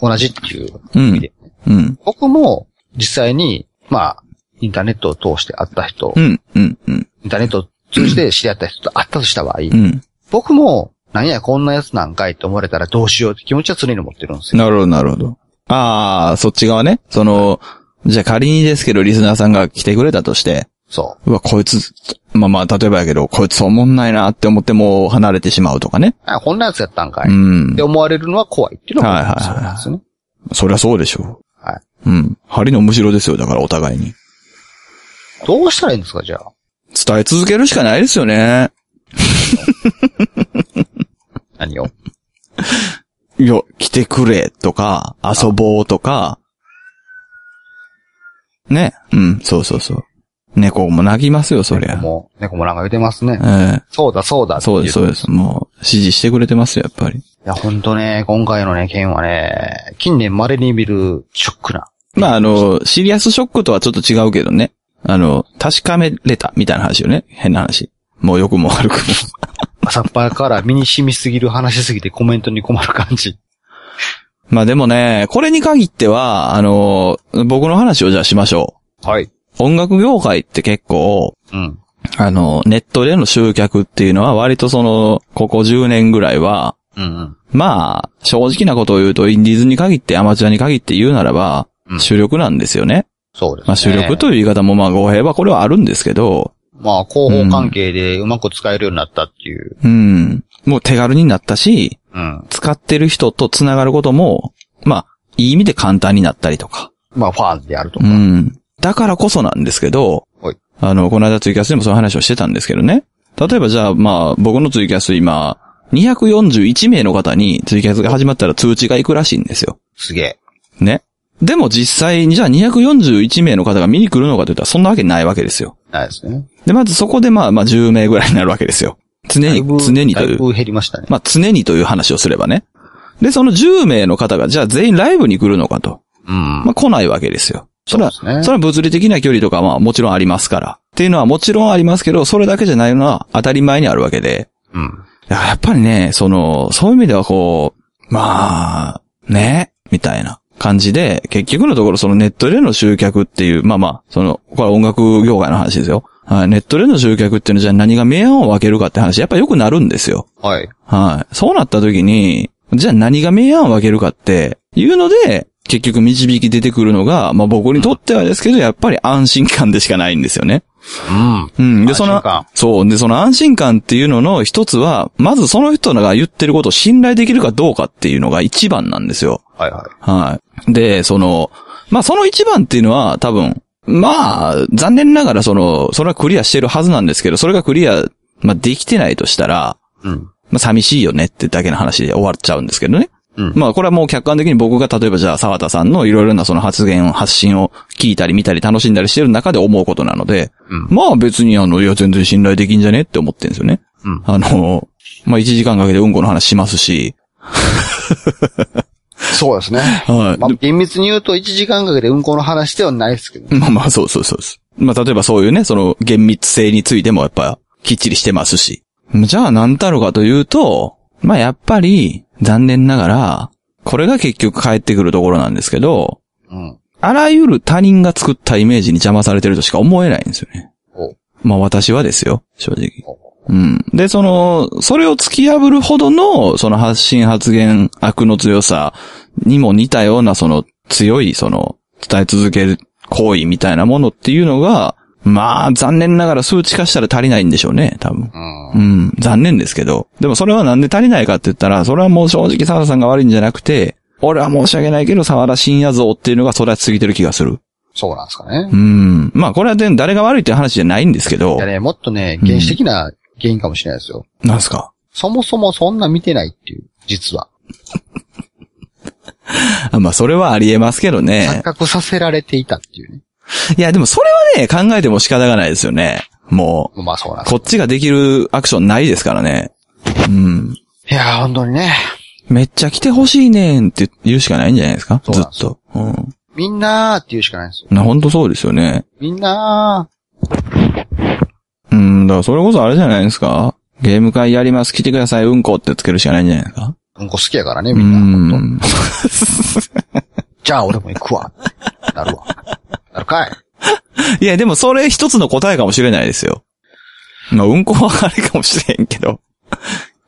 Speaker 2: 同じっていう
Speaker 3: う。う
Speaker 2: 意味
Speaker 3: ん。
Speaker 2: で、
Speaker 3: うん。
Speaker 2: 僕も実際に、まあ、インターネットを通して会った人、
Speaker 3: うん。うん。うん。
Speaker 2: インターネットを通じて知り合った人と会ったとした場合、
Speaker 3: うん。
Speaker 2: 僕も、なんや、こんなやつなんかいって思われたらどうしようって気持ちは常に持ってるんですよ。
Speaker 3: なるほど、なるほど。ああ、そっち側ね。その、じゃあ仮にですけど、リスナーさんが来てくれたとして、
Speaker 2: そう
Speaker 3: わ、こいつ、まあまあ、例えばやけど、こいつおもんないなって思ってもう離れてしまうとかね。
Speaker 2: う。あ、こんなやつやったんかい。
Speaker 3: う
Speaker 2: っ
Speaker 3: ん
Speaker 2: て。思われるのは怖いっていうの
Speaker 3: はいはい
Speaker 2: が
Speaker 3: はい
Speaker 2: そうなんですよね。
Speaker 3: そりゃそうでしょう。
Speaker 2: はい。
Speaker 3: うん。針のむしろですよ、だからお互いに。
Speaker 2: どうしたらいいんですか、じゃあ。
Speaker 3: 伝え続けるしかないですよね。
Speaker 2: 何を。
Speaker 3: いや、来てくれとか、遊ぼうとか、ね。うん、そうそうそう。猫も泣きますよ、そりゃ。
Speaker 2: もう、猫もなんか言ってますね
Speaker 3: え。え
Speaker 2: そうだ、そうだってい
Speaker 3: そうです、そうです。もう、指示してくれてますよ、やっぱり。
Speaker 2: いや、ほんとね、今回のね、件はね、近年稀に見るショックな。
Speaker 3: まあ、あの、シリアスショックとはちょっと違うけどね。あの、確かめれたみたいな話よね。変な話。もう良くも (laughs) 悪くも。
Speaker 2: 朝っぱらから身に染みすぎる話しすぎてコメントに困る感じ。
Speaker 3: まあでもね、これに限っては、あの、僕の話をじゃあしましょ
Speaker 2: はい。
Speaker 3: う。音楽業界って結構、
Speaker 2: うん。
Speaker 3: あの、ネットでの集客っていうのは割とその、ここ10年ぐらいは、
Speaker 2: うんうん。
Speaker 3: まあ、正直なことを言うと、インディーズに限って、アマチュアに限って言うならば
Speaker 2: う、ん
Speaker 3: 主力なんですよね。
Speaker 2: そうですね。
Speaker 3: まあ、主力という言い方もまあ、語弊はこれはあるんですけど、
Speaker 2: まあ、広報関係でうまく使えるようになったっていう。
Speaker 3: うん。もう手軽になったし、
Speaker 2: うん。
Speaker 3: 使ってる人と繋がることも、まあ、いい意味で簡単になったりとか。
Speaker 2: まあ、ファンであると
Speaker 3: う
Speaker 2: か。
Speaker 3: ん。だからこそなんですけど
Speaker 2: はい、
Speaker 3: あの、この間ツイキャスでもそういう話をしてたんですけどね。例えばじゃあ、まあ、僕のツイキャス今、241名の方にツイキャスが始まったら通知が行くらしいんですよ。
Speaker 2: すげえ。
Speaker 3: ね。でも実際にじゃあ241名の方が見に来るのかといったらそんなわけないわけですよ。
Speaker 2: ないですね。
Speaker 3: で、まずそこでまあまあ10名ぐらいになるわけですよ。常
Speaker 2: だい
Speaker 3: に、
Speaker 2: ぶ
Speaker 3: 常にと
Speaker 2: だ
Speaker 3: い。
Speaker 2: いうぶ減りましたね。
Speaker 3: まあ常にという話をすればね。で、その10名の方がじゃあ全員ライブに来るのかと。
Speaker 2: うん。
Speaker 3: まあ来ないわけですよ。それは、
Speaker 2: そうですね
Speaker 3: それは物理的な距離とかまあもちろんありますから。っていうのはもちろんありますけど、それだけじゃないのは当たり前にあるわけで。
Speaker 2: うん。
Speaker 3: だからやっぱりね、その、そういう意味ではこう、まあ、ね、みたいな感じで、結局のところそのネットでの集客っていう、まあまあ、その、これは音楽業界の話ですよ。はい、ネットでの集客っていうのはじゃあ何が明暗を分けるかって話、やっぱ良くなるんですよ。
Speaker 2: はい。
Speaker 3: はい。そうなった時に、じゃあ何が明暗を分けるかっていうので、結局導き出てくるのが、まあ僕にとってはですけど、やっぱり安心感でしかないんですよね。
Speaker 2: うん。
Speaker 3: うん。で、
Speaker 2: 安
Speaker 3: そ
Speaker 2: 心
Speaker 3: の
Speaker 2: 感、
Speaker 3: そう。で、その安心感っていうのの一つは、まずその人が言ってることを信頼できるかどうかっていうのが一番なんですよ。
Speaker 2: はいは
Speaker 3: はい。で、その、まあその一番っていうのは多分、まあ、残念ながらその、それはクリアしてるはずなんですけど、それがクリア、まあできてないとしたら、
Speaker 2: い。うん。
Speaker 3: まあ寂しいよねってだけの話で終わっちゃうんですけどね。
Speaker 2: うん
Speaker 3: まあこれはもう客観的に僕が例えばじゃあ沢田さんのいろいろなその発言を発信を聞いたり見たり楽しんだりしてる中で思うことなので、
Speaker 2: うん
Speaker 3: まあ別にあの、いや全然信頼できんじゃねって思ってるんですよね。
Speaker 2: うん
Speaker 3: あの、まあ1時間かけてうんこの話しますし、
Speaker 2: そうですね。
Speaker 3: はい。
Speaker 2: まあ、厳密に言うと1時間かけて運行の話ではないですけど。
Speaker 3: まあまあ、そうそうそうです。まあ、例えばそういうね、その厳密性についてもやっぱきっちりしてますし。じゃあ何たろうかというと、まあやっぱり残念ながら、これが結局返ってくるところなんですけど、
Speaker 2: うん。
Speaker 3: あらゆる他人が作ったイメージに邪魔されてるとしか思えないんですよね。
Speaker 2: お
Speaker 3: まあ私はですよ、正直。
Speaker 2: お
Speaker 3: うん。で、その、それを突き破るほどの、その発信発言、悪の強さにも似たような、その強い、その、伝え続ける行為みたいなものっていうのが、まあ、残念ながら数値化したら足りないんでしょうね、多分。
Speaker 2: うん。
Speaker 3: うん、残念ですけど。でもそれはなんで足りないかって言ったら、それはもう正直沢田さんが悪いんじゃなくて、俺は申し訳ないけど、沢田信也像っていうのが育ちすぎてる気がする。
Speaker 2: そうなんですかね
Speaker 3: う。ん。まあ、これはで誰が悪いっていう話じゃないんですけど
Speaker 2: いや、ね、もっとね、原始的な原因かもしれないですよ。
Speaker 3: なんすか
Speaker 2: そもそもそんな見てないっていう、実は。
Speaker 3: あまあ、それはありえますけどね。
Speaker 2: (laughs) 錯覚させられていたっていうね。
Speaker 3: いや、でもそれはね、考えても仕方がないですよね。も
Speaker 2: まあそうなん
Speaker 3: う、
Speaker 2: です
Speaker 3: こっちができるアクションないですからね。うん。
Speaker 2: いやー、本当にね。
Speaker 3: めっちゃ来てほしいねんって言うしかないんじゃないですか
Speaker 2: そう
Speaker 3: ず
Speaker 2: な
Speaker 3: っ
Speaker 2: んです
Speaker 3: と。うん。
Speaker 2: みんなーって言うしかないんですよ。
Speaker 3: な、ほんとそうですよね。
Speaker 2: みんな
Speaker 3: うん、だからそれこそあれじゃないですかゲーム会やります、来てください、うんこってつけるしかないんじゃないですか
Speaker 2: ー、うんこ好きやからね、
Speaker 3: う
Speaker 2: みんな。本
Speaker 3: ん。 (laughs)
Speaker 2: 当じゃあ俺も行くわ。なるわ。なるかい。
Speaker 3: いや、でもそれ一つの答えかもしれないですよ。まあ、うんこはあれかもしれんけど。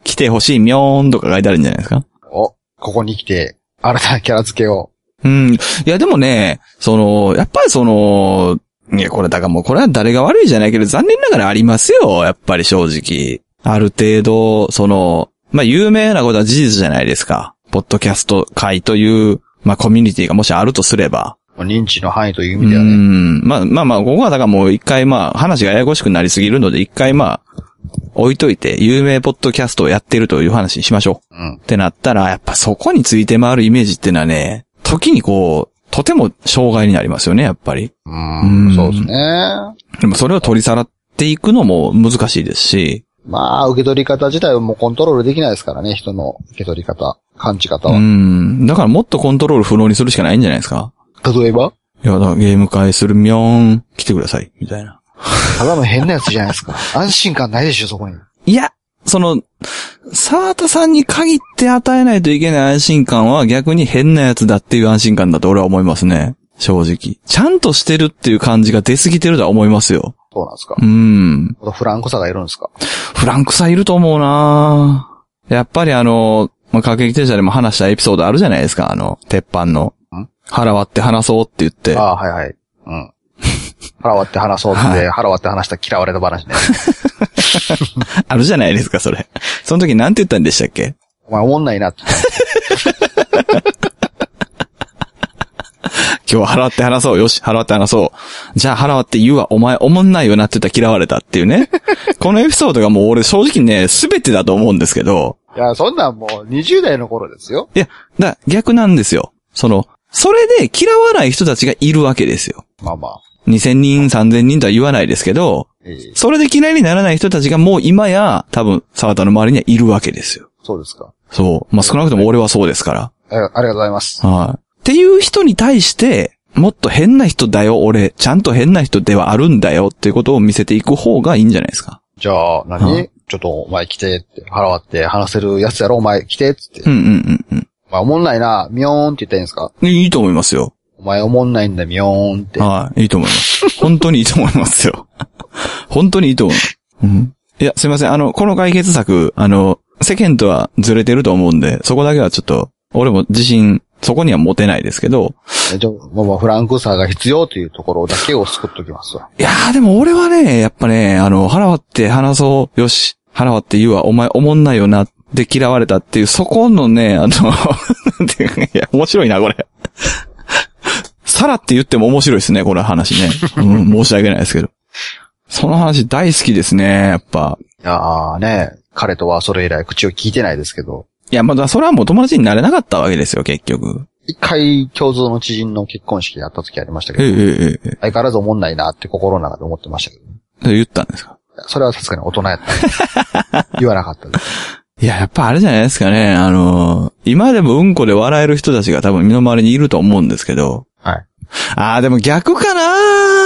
Speaker 3: 来てほしい、みょーんとか書いてあるんじゃないですか
Speaker 2: お、ここに来て、新たなキャラ付けを。
Speaker 3: うん。いや、でもね、その、やっぱりその、いや、これ、だからもう、これは誰が悪いじゃないけど、残念ながらありますよ、やっぱり正直。ある程度、その、まあ、有名なことは事実じゃないですか。ポッドキャスト会という、まあ、コミュニティがもしあるとすれば。
Speaker 2: 認知の範囲という意
Speaker 3: う
Speaker 2: 味ではね。
Speaker 3: ん。まあ、まあまあ、ここはだからもう一回まあ、話がややこしくなりすぎるので、一回まあ、置いといて、有名ポッドキャストをやってるという話にしましょう。
Speaker 2: うん
Speaker 3: っ。てなったら、やっぱそこについて回るイメージってのはね、時にこう、とても障害になりますよね、やっぱり。
Speaker 2: うん
Speaker 3: うん
Speaker 2: そうですね。
Speaker 3: でもそれを取りさらっていくのも難しいですし、
Speaker 2: まあ、受け取り方自体はもうコントロールできないですからね、人の受け取り方、感じ方
Speaker 3: う
Speaker 2: は。
Speaker 3: ん。だからもっとコントロール不能にするしかないんじゃないですか。
Speaker 2: 例えば
Speaker 3: いや、だからゲーム会するみょーん、来てください、みたいな。
Speaker 2: ただの変なやつじゃないですか。安心感ないでしょ、そこに。
Speaker 3: いや、その、沢田さんに限って与えないといけない安心感は逆に変なやつだっていう安心感だと俺は思いますね。正直。ちゃんとしてるっていう感じが出すぎてるとは思いますよ。
Speaker 2: そうなんですか。
Speaker 3: うん。
Speaker 2: フランコさがいるんですか。
Speaker 3: フランクさんいると思うなやっぱりあの、まあ、各駅停車でも話したエピソードあるじゃないですか、あの、鉄板の
Speaker 2: ん。
Speaker 3: 腹割って話そうって言って。
Speaker 2: ああ、はいはい。うん。腹割って話そうって、
Speaker 3: は
Speaker 2: 腹割って話した嫌われた話ね。
Speaker 3: あるじゃないですか、それ。その時なんて言ったんでしたっけ
Speaker 2: お前おもんないなって。
Speaker 3: 今日腹割って話そう。よし、腹割って話そう。じゃあ腹割って言うわ。お前おもんないよなって言ったら嫌われたってい
Speaker 2: (laughs)
Speaker 3: うね。このエピソードがもう俺正直ね、すべてだと思うんですけど。
Speaker 2: いや、そんなんもう20代の頃ですよ。
Speaker 3: いや、だ、逆なんですよ。その、それで嫌わない人たちがいるわけですよ。
Speaker 2: まあまあ。
Speaker 3: 2000人、3000人とは言わないですけど、
Speaker 2: ええ
Speaker 3: それで嫌いにならない人たちがもう今や、多分、沢田の周りにはいるわけですよ。
Speaker 2: そうですか。
Speaker 3: そう。まあ、少なくとも俺はそうですか
Speaker 2: あありがとうございます。
Speaker 3: ら。はい。っていう人に対して、もっと変な人だよ、俺。ちゃんと変な人ではあるんだよ、っていうことを見せていく方がいいんじゃないですか。
Speaker 2: じゃあ何、
Speaker 3: はい
Speaker 2: ちょっとお前来てって、腹割って話せるやつやろ、お前来てっつって。
Speaker 3: うんうんうん
Speaker 2: お前おもんないな、みよーんって言ったらいいんですか
Speaker 3: うん。いいと思いますよ。
Speaker 2: お前おもんないんだ、みよーんって。
Speaker 3: はい。いいと思います。本当にいいと思いますよ。 (laughs) 本当にいいと思います。うん。いや、すいません。あの、この解決策、あの、世間とはずれてると思うんで、そこだけはちょっと、俺も自信そこにはモテないですけど、
Speaker 2: じゃあ、まあ、フランクさが必要というところだけを救っときますわ。
Speaker 3: いやーでも俺はね、やっぱね、あの、腹割って話そう、よし、腹割って言うわ、お前おもんないよな、で嫌われたっていう、そこのね、あの、 (laughs) なんていうか、いや、面白いな、これ。さらって言っても面白いですね、この話ね。うん、申し訳ないですけど。その話大好きですね、やっぱ。
Speaker 2: いやーね、彼とはそれ以来口を聞いてないですけど、
Speaker 3: いや、まだそれはもう友達になれなかったわけですよ、結局。
Speaker 2: 一回共通の知人の結婚式やった時ありましたけ
Speaker 3: ええ
Speaker 2: ど、
Speaker 3: ええええ
Speaker 2: 相変わらず思んないなって心の中で思ってましたけど、
Speaker 3: それ言ったんですか
Speaker 2: それはさすがに大人やったんで。言わなかったです。
Speaker 3: いや、やっぱあれじゃないですかね。あの、今でもうんこで笑える人たちが多分身の回りにいると思うんですけど。
Speaker 2: はい。
Speaker 3: あー、でも逆か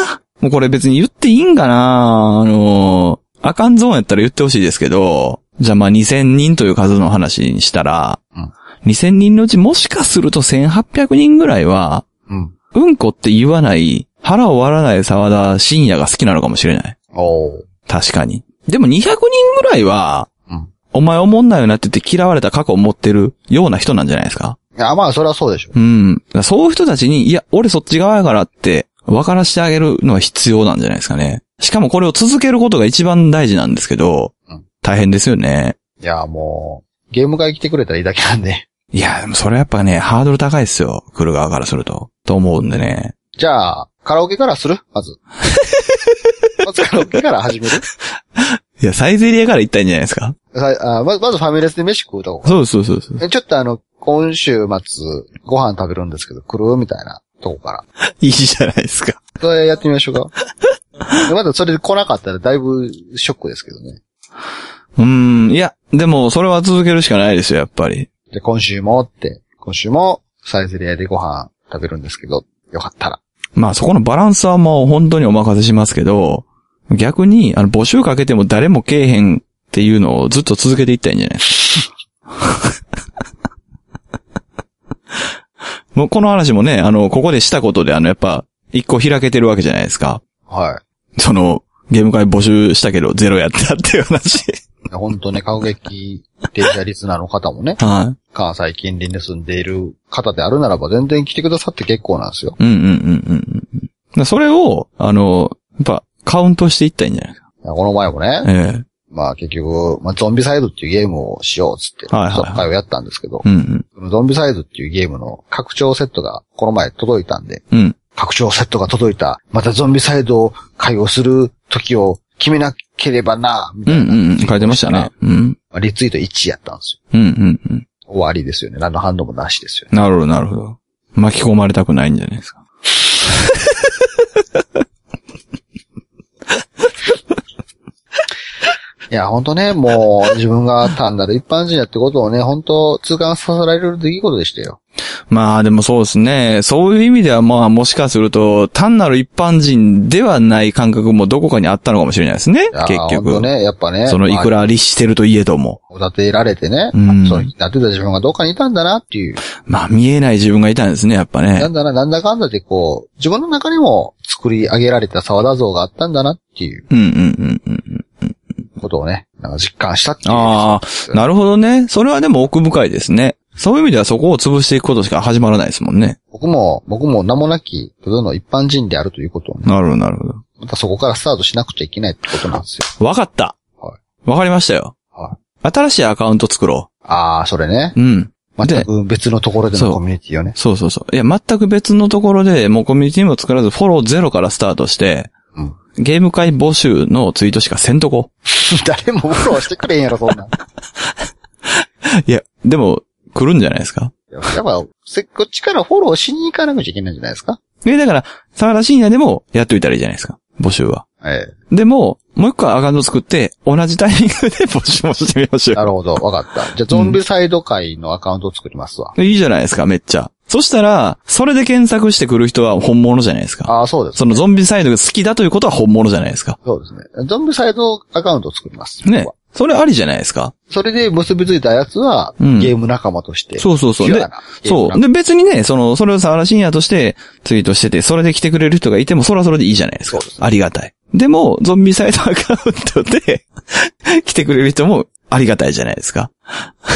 Speaker 3: なもうこれ別に言っていいんかなあの、あかんゾーンやったら言ってほしいですけど、じゃあまあ2000人という数の話にしたら、
Speaker 2: うん
Speaker 3: 2000人のうちもしかすると1800人ぐらいは、
Speaker 2: うん。
Speaker 3: うんこって言わない、腹を割らない沢田深夜が好きなのかもしれない。
Speaker 2: おー。
Speaker 3: 確かに。でも200人ぐらいは、
Speaker 2: うん。
Speaker 3: お前おもんないよなって言って嫌われた過去を持ってるような人なんじゃないですか
Speaker 2: いや、まあ、それはそうでしょう。
Speaker 3: うん。だからそういう人たちに、いや、俺そっち側やからって、分からしてあげるのは必要なんじゃないですかね。しかもこれを続けることが一番大事なんですけど
Speaker 2: うん、
Speaker 3: 大変ですよね。
Speaker 2: いや、もう、ゲーム会来てくれたらいいだけなんで。 (laughs)
Speaker 3: いや、でもそれやっぱね、ハードル高いですよ。来る側からすると。と思うんでね。
Speaker 2: じゃあ、カラオケからするまず。まずカラオケから始める
Speaker 3: いや、サイゼリアから行ったらいいんじゃないですか
Speaker 2: さあままずファミレスで飯食うとこ
Speaker 3: そうそうそうそう。
Speaker 2: えちょっとあの、今週末、ご飯食べるんですけど、来るみたいなとこから。
Speaker 3: (laughs) いいじゃないですか。
Speaker 2: それやってみましょうか。でまだそれで来なかったらだいぶショックですけどね。
Speaker 3: うーん、いや、でもそれは続けるしかないですよ、やっぱり。
Speaker 2: で、今週もって、今週もサイゼリアでご飯食べるんですけど、よかったら。
Speaker 3: まあそこのバランスはもう本当にお任せしますけど、逆に、あの、募集かけても誰もけえへんっていうのをずっと続けていったらいいん (laughs) じゃないですか。もうこの話もね、あの、ここでしたことで、あの、やっぱ、一個開けてるわけじゃないですか。
Speaker 2: は
Speaker 3: その、ゲーム会募集したけどゼロやったっていう話。
Speaker 2: い。本当ね、感激電車リスナーの方もね、
Speaker 3: (laughs) は
Speaker 2: 関西近隣で住んでいる方であるならば全然来てくださって結構なんですよ。
Speaker 3: い。うんうんうんうんうんうん。だからそれを、あの、やっぱ、カウントしていったらいいんじゃないか。
Speaker 2: この前もね、
Speaker 3: え
Speaker 2: まあ結局、まあゾンビサイドっていうゲームをしようっつって、
Speaker 3: はいはいはい
Speaker 2: 即会をやったんですけど
Speaker 3: え。、うんうん。
Speaker 2: ゾンビサイドっていうゲームの拡張セットがこの前届いたんで、
Speaker 3: うん。
Speaker 2: 拡張セットが届いた、またゾンビサイドを会をする時を決めなければな、み
Speaker 3: う
Speaker 2: たい
Speaker 3: ん
Speaker 2: な。
Speaker 3: うんうん。書いてましたね。うん。
Speaker 2: リツイート1やったんですよ。
Speaker 3: うんうんうん。
Speaker 2: 終わりですよね。何の反応もなしですよね。
Speaker 3: なるほど、なるほど。巻き込まれたくないんじゃないですか。
Speaker 2: いや、ほんとね、もう
Speaker 3: (laughs)
Speaker 2: 自分が単なる一般人だってことをね、ほんと痛感させられる出来事でしたよ。
Speaker 3: まあでもそうですね。そういう意味ではまあもしかすると、単なる一般人ではない感覚もどこかにあったのかもしれないです
Speaker 2: い
Speaker 3: ね
Speaker 2: や。
Speaker 3: 結
Speaker 2: ほ
Speaker 3: 局。
Speaker 2: んとね、やっぱね、
Speaker 3: そのいく
Speaker 2: ら、
Speaker 3: ら律してるといえども。
Speaker 2: おだてられてね、
Speaker 3: うん
Speaker 2: そう、なってた自分がどっかにいたんだなっていう。
Speaker 3: まあ見えない自分がいたんですね、やっぱ
Speaker 2: な
Speaker 3: ね。
Speaker 2: んだな、なんだかんだでこう、自分の中にも作り上げられた沢田像があったんだなっていう
Speaker 3: うんうんうんうん。
Speaker 2: ことをね、なんか実感したっていう。
Speaker 3: ああ、なるほどね。それはでも奥深いですね。そういう意味ではそこを潰していくことしか始まらないですもんね。
Speaker 2: 僕も、僕も名もなき、ただの一般人であるということをね、
Speaker 3: なるほど、なるほど。
Speaker 2: またそこからスタートしなくちゃいけないってことなんですよ。
Speaker 3: わかった。
Speaker 2: は
Speaker 3: わかりましたよ。
Speaker 2: は
Speaker 3: 新しいアカウント作ろ
Speaker 2: ああ、それね。
Speaker 3: う。うん。
Speaker 2: 全
Speaker 3: で、
Speaker 2: く別のところで
Speaker 3: そ
Speaker 2: の
Speaker 3: う
Speaker 2: コミュニテ
Speaker 3: (laughs)
Speaker 2: ィをね。
Speaker 3: そうそうそう。いや、全く別のところで、もうコミュニティも作らず、フォローゼロからスタートして、
Speaker 2: うん。
Speaker 3: ゲーム会募集のツイートしかせんとこ。
Speaker 2: 誰もフォローしてくれへんやろ、そんなん。
Speaker 3: いや、でも、来るんじゃないですか
Speaker 2: (laughs) やっぱ、せこっちからフォローしに行かなくちゃいけないんじゃないですか
Speaker 3: え、だから、沢田信也でもやっといたらいいじゃないですか。募集は。
Speaker 2: え
Speaker 3: でも、もう一個アカウント作って、同じタイミングで募集もしてみまし (laughs)
Speaker 2: え。
Speaker 3: ょ
Speaker 2: なるほど、わかった。じゃあ、ゾンビサイド会のアカウントを作りますわ。
Speaker 3: う。いいじゃないですか、めっちゃ。そしたら、それで検索してくる人は本物じゃないですか。
Speaker 2: ああ、そうです。
Speaker 3: そのゾンビサイドが好きだということは本物じゃないですか。
Speaker 2: そうですね。ゾンビサイドアカウントを作ります。
Speaker 3: ね
Speaker 2: 僕は。
Speaker 3: それありじゃないですか。
Speaker 2: それで結びついたやつは、
Speaker 3: うん
Speaker 2: ゲーム仲間として。
Speaker 3: そうそうそう。
Speaker 2: ピュ
Speaker 3: で
Speaker 2: アな、ゲーム仲間
Speaker 3: そう。で、別にね、その、それを沢田信也としてツイートしてて、それで来てくれる人がいても、それはそれでいいじゃないですか。
Speaker 2: そうです
Speaker 3: ありがたい。でも、ゾンビサイドアカ (laughs) ウントで来てくれる人もありがたいじゃないですか。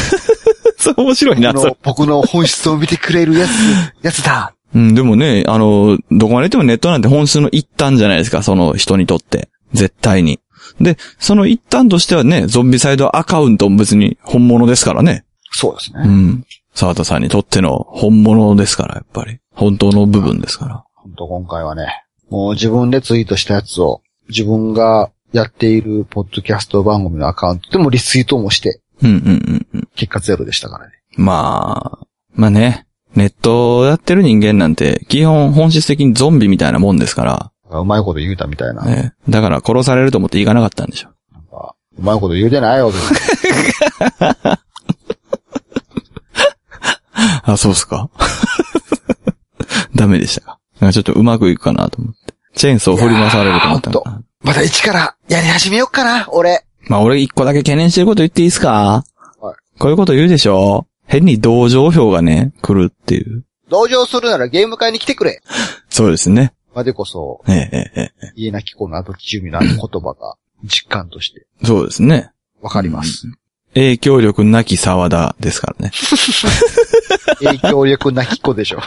Speaker 3: (laughs) そう面白いな、それ
Speaker 2: の僕の本質を見てくれるやつ、
Speaker 3: (laughs)
Speaker 2: やつだ。
Speaker 3: うん、でもね、あの、どこまで行ってもネットなんて本質の一端じゃないですか、その人にとって。絶対に。で、その一端としてはね、ゾンビサイドアカウントも別に本物ですからね。
Speaker 2: そうです
Speaker 3: う
Speaker 2: ね。
Speaker 3: ん。沢田さんにとっての本物ですから、やっぱり。本当の部分ですから。
Speaker 2: 本当今回はね、もう自分でツイートしたやつを、自分がやっているポッドキャスト番組のアカウントでもリツイートもして、
Speaker 3: うんうんうんうん。
Speaker 2: 結果ゼロでしたからね。
Speaker 3: まあ、まあね、ネットをやってる人間なんて、基本本質的にゾンビみたいなもんですか
Speaker 2: うまいこと言うたみたいな。
Speaker 3: ら、ね。だから殺されると思って行かなかったんでしょ。
Speaker 2: なんかうまいこと言うてないよ。
Speaker 3: あ、そうっすか。 (laughs) ダメでしたか。なんかちょっとうまくいくかなと思って。チェーンソー振り回されると思ったん
Speaker 2: いや
Speaker 3: だ。
Speaker 2: また一からやり始めよっかな、俺。
Speaker 3: まあ俺一個だけ懸念してること言っていいですか
Speaker 2: はい
Speaker 3: こういうこと言うでしょ変に同情票がね、来るっていう。
Speaker 2: 同情するならゲーム会に来てくれ。
Speaker 3: そうですね。
Speaker 2: までこそ、
Speaker 3: ええ、えええ
Speaker 2: 家なき子の跡地住民のあの言葉が実感として
Speaker 3: え。そうですね。
Speaker 2: わかります。
Speaker 3: 影響力なき沢田ですからね。
Speaker 2: 影響力なき子でしょ。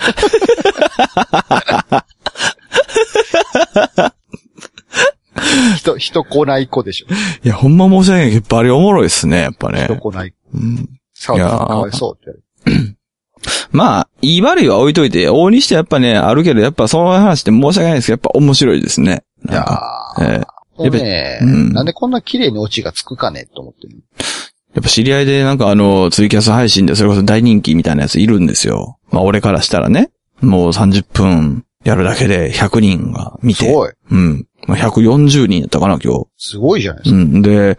Speaker 2: 人、人来ない子でしょ。
Speaker 3: いや、ほんま申し訳ないけど、バリおもろいっすね、やっぱね
Speaker 2: 人。来ない子。
Speaker 3: うん
Speaker 2: 沢田さん
Speaker 3: いやー
Speaker 2: かわいそうって言われて。
Speaker 3: まあ、いい悪いは置いといて、往にしてやっぱね、あるけど、やっぱその話って申し訳ないですけど、やっぱ面白いですね。
Speaker 2: い
Speaker 3: なん
Speaker 2: や
Speaker 3: か
Speaker 2: ー
Speaker 3: ええ
Speaker 2: もうね、
Speaker 3: うん
Speaker 2: なんでこんな綺麗にオチがつくかねと思ってる。
Speaker 3: やっぱ知り合いでなんかあの、ツイキャス配信でそれこそ大人気みたいなやついるんですよ。まあ俺からしたらね、もう30分やるだけで100人が見
Speaker 2: す
Speaker 3: て。
Speaker 2: ごい。
Speaker 3: うん。まあ、140人やったかな、今
Speaker 2: すごいじゃないで
Speaker 3: 日。
Speaker 2: す
Speaker 3: う
Speaker 2: か。
Speaker 3: ん。で、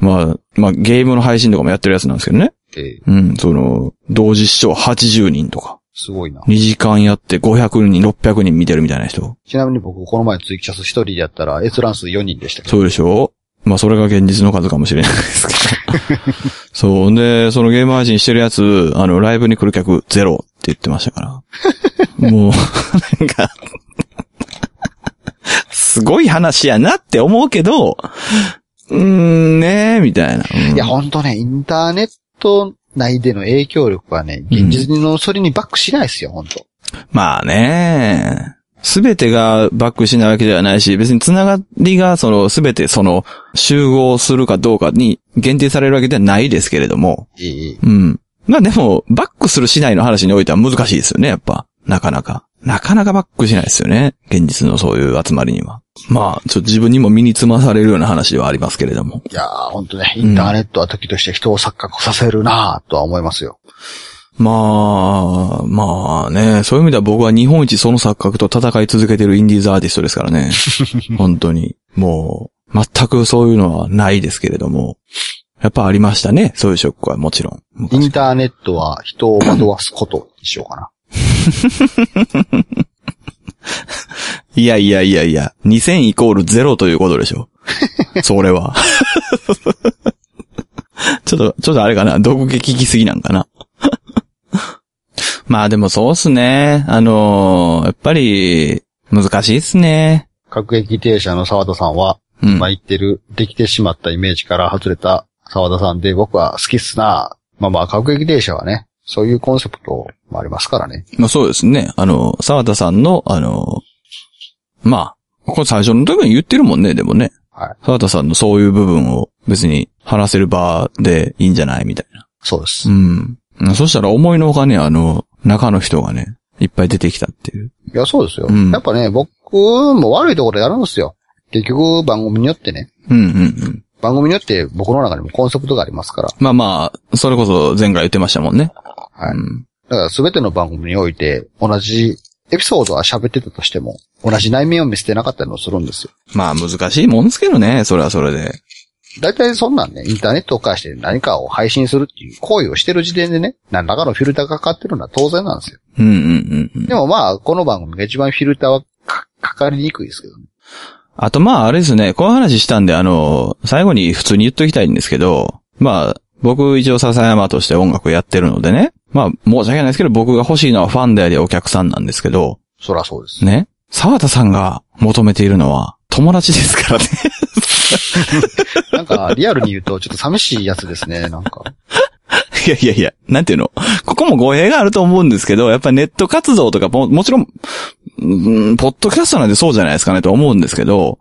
Speaker 3: まあ、まあゲームの配信とかもやってるやつなんですけどね。
Speaker 2: ええ
Speaker 3: うん。その、同時視聴80人とか。
Speaker 2: すごいな。
Speaker 3: 2時間やって500人、600人見てるみたいな人。
Speaker 2: ちなみに僕、この前ツイキャス一人でやったら、閲覧数4人でしたけど。
Speaker 3: そうでしょまあ、それが現実の数かもしれないですけど。
Speaker 2: (laughs)
Speaker 3: そう。んで、そのゲーム配信してるやつ、あの、ライブに来る客ゼロって言ってました
Speaker 2: (laughs)
Speaker 3: から。もう、なんか、すごい話やなって思うけど、うーん、ねえ、みたいな。うん
Speaker 2: いや、ほんとね、インターネット内での影響力はね、現実のそれにバックしないですよ、ほんと。
Speaker 3: まあねすべてがバックしないわけではないし、別につながりが、その、すべてその、集合するかどうかに限定されるわけではないですけれども、
Speaker 2: ええ
Speaker 3: うん。まあでも、バックするしないの話においては難しいですよね、やっぱ。なかなか。なかなかバックしないですよね。現実のそういう集まりには。まあ、ちょっと自分にも身につまされるような話ではありますけれども。
Speaker 2: いやー、ほんとね、インターネットは時として人を錯覚させるなーとは思いますよ。
Speaker 3: まあ、まあね、そういう意味では僕は日本一その錯覚と戦い続けてるインディーズアーティストですから
Speaker 2: (laughs)
Speaker 3: ね。本当に。もう、全くそういうのはないですけれども。やっぱありましたね、そういうショックはもちろん。昔
Speaker 2: インターネットは人を惑わすことにしようかな。
Speaker 3: いやいやいやいや、2000イコール0ということでし
Speaker 2: (laughs)
Speaker 3: ょ。それは。 (laughs) ちょっと、ちょっとあれかな、毒劇聞きすぎなんかな。 (laughs) まあでもそうっすね。あのーやっぱり、難しいっすね。
Speaker 2: 各駅停車の沢田さんは、
Speaker 3: うん。
Speaker 2: まあ、言ってる、できてしまったイメージから外れた沢田さんで、僕は好きっすなーまあまあ、各駅停車はね、そういうコンセプトもありますからね。
Speaker 3: まあそうですね。あの、沢田さんの、あの、まあ、これ最初の時に言ってるもんね、でもね。
Speaker 2: はい。
Speaker 3: 沢田さんのそういう部分を別に話せる場でいいんじゃないみたいな。
Speaker 2: そうです
Speaker 3: う。ん。そしたら思いのほかね、あの、中の人がね、いっぱい出てきたっていう。
Speaker 2: いや、そうですよ。
Speaker 3: うん
Speaker 2: やっぱね、僕も悪いところやるんですよ。結局、番組によってね。
Speaker 3: うんうんうん。
Speaker 2: 番組によって僕の中にもコンセプトがありますから。
Speaker 3: まあまあ、それこそ前回言ってましたもんね。
Speaker 2: はい。
Speaker 3: うん
Speaker 2: だから全ての番組において、同じエピソードは喋ってたとしても、同じ内面を見せてなかったりもするんですよ。
Speaker 3: まあ難しいもんですけどね、それはそれで。
Speaker 2: 大体そんなんね、インターネットを介して何かを配信するっていう行為をしてる時点でね、何らかのフィルターがかかってるのは当然なんですよ。
Speaker 3: うんうんうんうん。
Speaker 2: でもまあ、この番組が一番フィルターはかかかりにくいですけどね。
Speaker 3: あとまああれですね、こういう話したんで、あの、最後に普通に言っときたいんですけど、まあ、僕一応笹山として音楽やってるのでね、まあ申し訳ないですけど、僕が欲しいのはファンでありお客さんなんですけど、
Speaker 2: そらそうです。
Speaker 3: ね、沢田さんが求めているのは友達ですからね。
Speaker 2: なんか、リアルに言うと、ちょっと寂しいやつですね、なんか。
Speaker 3: (laughs) いやいやいや、なんていうのここも語弊があると思うんですけど、やっぱネット活動とかも、もちろん、うん、ポッドキャストなんてそうじゃないですかねと思うんですけど、